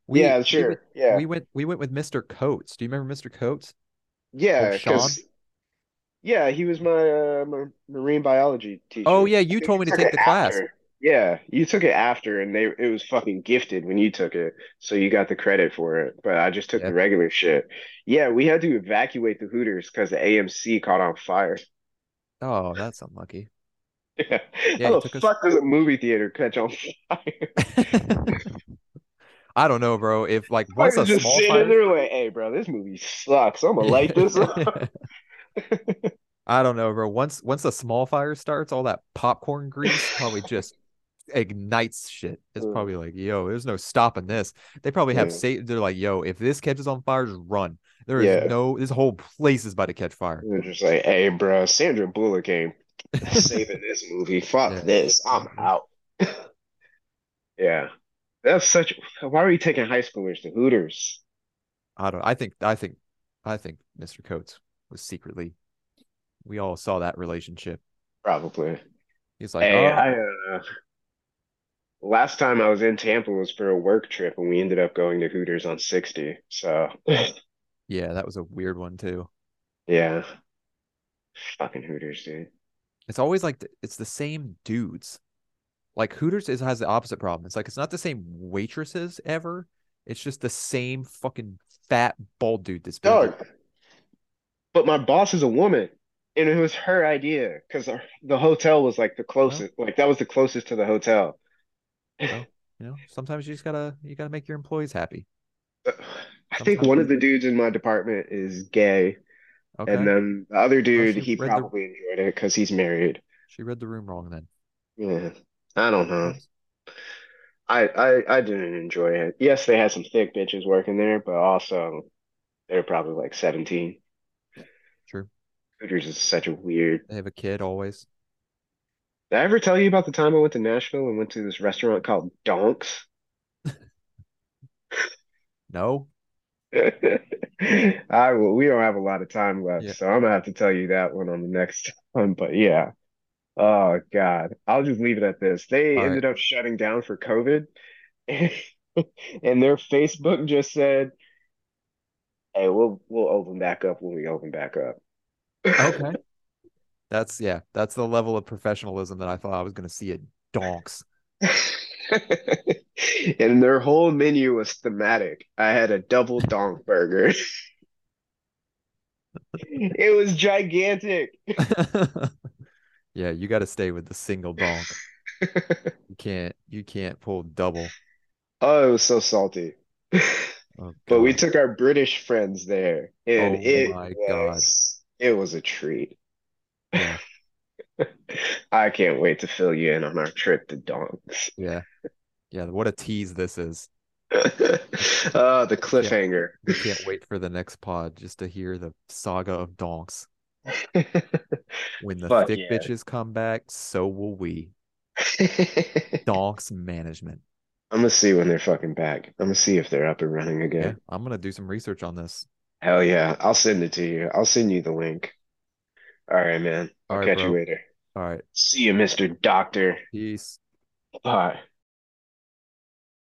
We Yeah, we went sure. Yeah. we went we went with Mr. Coates. Do you remember Mr. Coates? Old Yeah, Sean. because yeah, he was my uh, my marine biology Oh teacher. yeah, I you think you told me to took take it the class. after. Yeah, you took it after, and they it was fucking gifted when you took it, so you got the credit for it. But I just took the Yeah. regular shit. Yeah, we had to evacuate the Hooters because the AMC caught on fire. Oh, that's unlucky. Yeah. Yeah, How he the took us. fuck does a movie theater catch on fire? I don't know, bro. If like I once was a just small sitting fire, there like, hey, bro, this movie sucks. I'm gonna light this up. I don't know, bro. Once once a small fire starts, all that popcorn grease probably just ignites shit. It's Mm. probably like, yo, there's no stopping this. They probably have Yeah. Satan. They're like, yo, if this catches on fire, just run. There is Yeah. no. This whole place is about to catch fire. They're just like, hey, bro, Sandra Bullock ain't saving this movie. Fuck Yeah. this. I'm out. Yeah. That's such. Why are we taking high schoolers to Hooters? I don't. I think. I think. I think Mr. Coates was secretly. We all saw that relationship. Probably. He's like, Hey, oh, I, uh, last time I was in Tampa was for a work trip, and we ended up going to Hooters on 60. So, yeah, that was a weird one too. yeah. Fucking Hooters, dude. It's always like th- it's the same dudes. Like Hooters is has the opposite problem. It's like it's not the same waitresses ever. It's just the same fucking fat bald dude that's been at the- Dog. But my boss is a woman, and it was her idea because the hotel was like the closest, like that was the closest to the hotel. you know. Sometimes you just gotta you gotta make your employees happy. I think one of the dudes in my department is gay, Okay, and then the other dude, she he read the- probably enjoyed it because he's married. she read the room wrong then. Yeah, I don't know. I, I I didn't enjoy it. Yes, they had some thick bitches working there, but also they were probably like 17. True. Hooters is such a weird. They have a kid always. Did I ever tell you about the time I went to Nashville and went to this restaurant called Donks? No, I will, we don't have a lot of time left, Yeah. so I'm gonna have to tell you that one on the next one. But yeah, oh God, I'll just leave it at this. They All right. ended up shutting down for COVID, and their Facebook just said, "Hey, we'll we'll open back up when we open back up." okay. That's yeah. That's the level of professionalism that I thought I was gonna see at Donks. And their whole menu was thematic. I had a double donk burger. It was gigantic. yeah, you got to stay with the single donk. you can't. You can't pull double. Oh, it was so salty. Oh, But we God. took our British friends there, and Oh it my was it was a treat. Yeah. I can't wait to fill you in on our trip to Donks. yeah, yeah. What a tease this is. Oh, the cliffhanger. We can't wait for the next pod just to hear the saga of donks. When the Fuck thick yeah. bitches come back, so will we. Donks management. I'm gonna see when they're fucking back. I'm gonna see if they're up and running Yeah. again. I'm gonna do some research on this. Hell yeah. I'll send it to you. I'll send you the link. All right, man. I'll All right, catch you bro. later. All right, See you, Mr. Doctor. peace. Bye.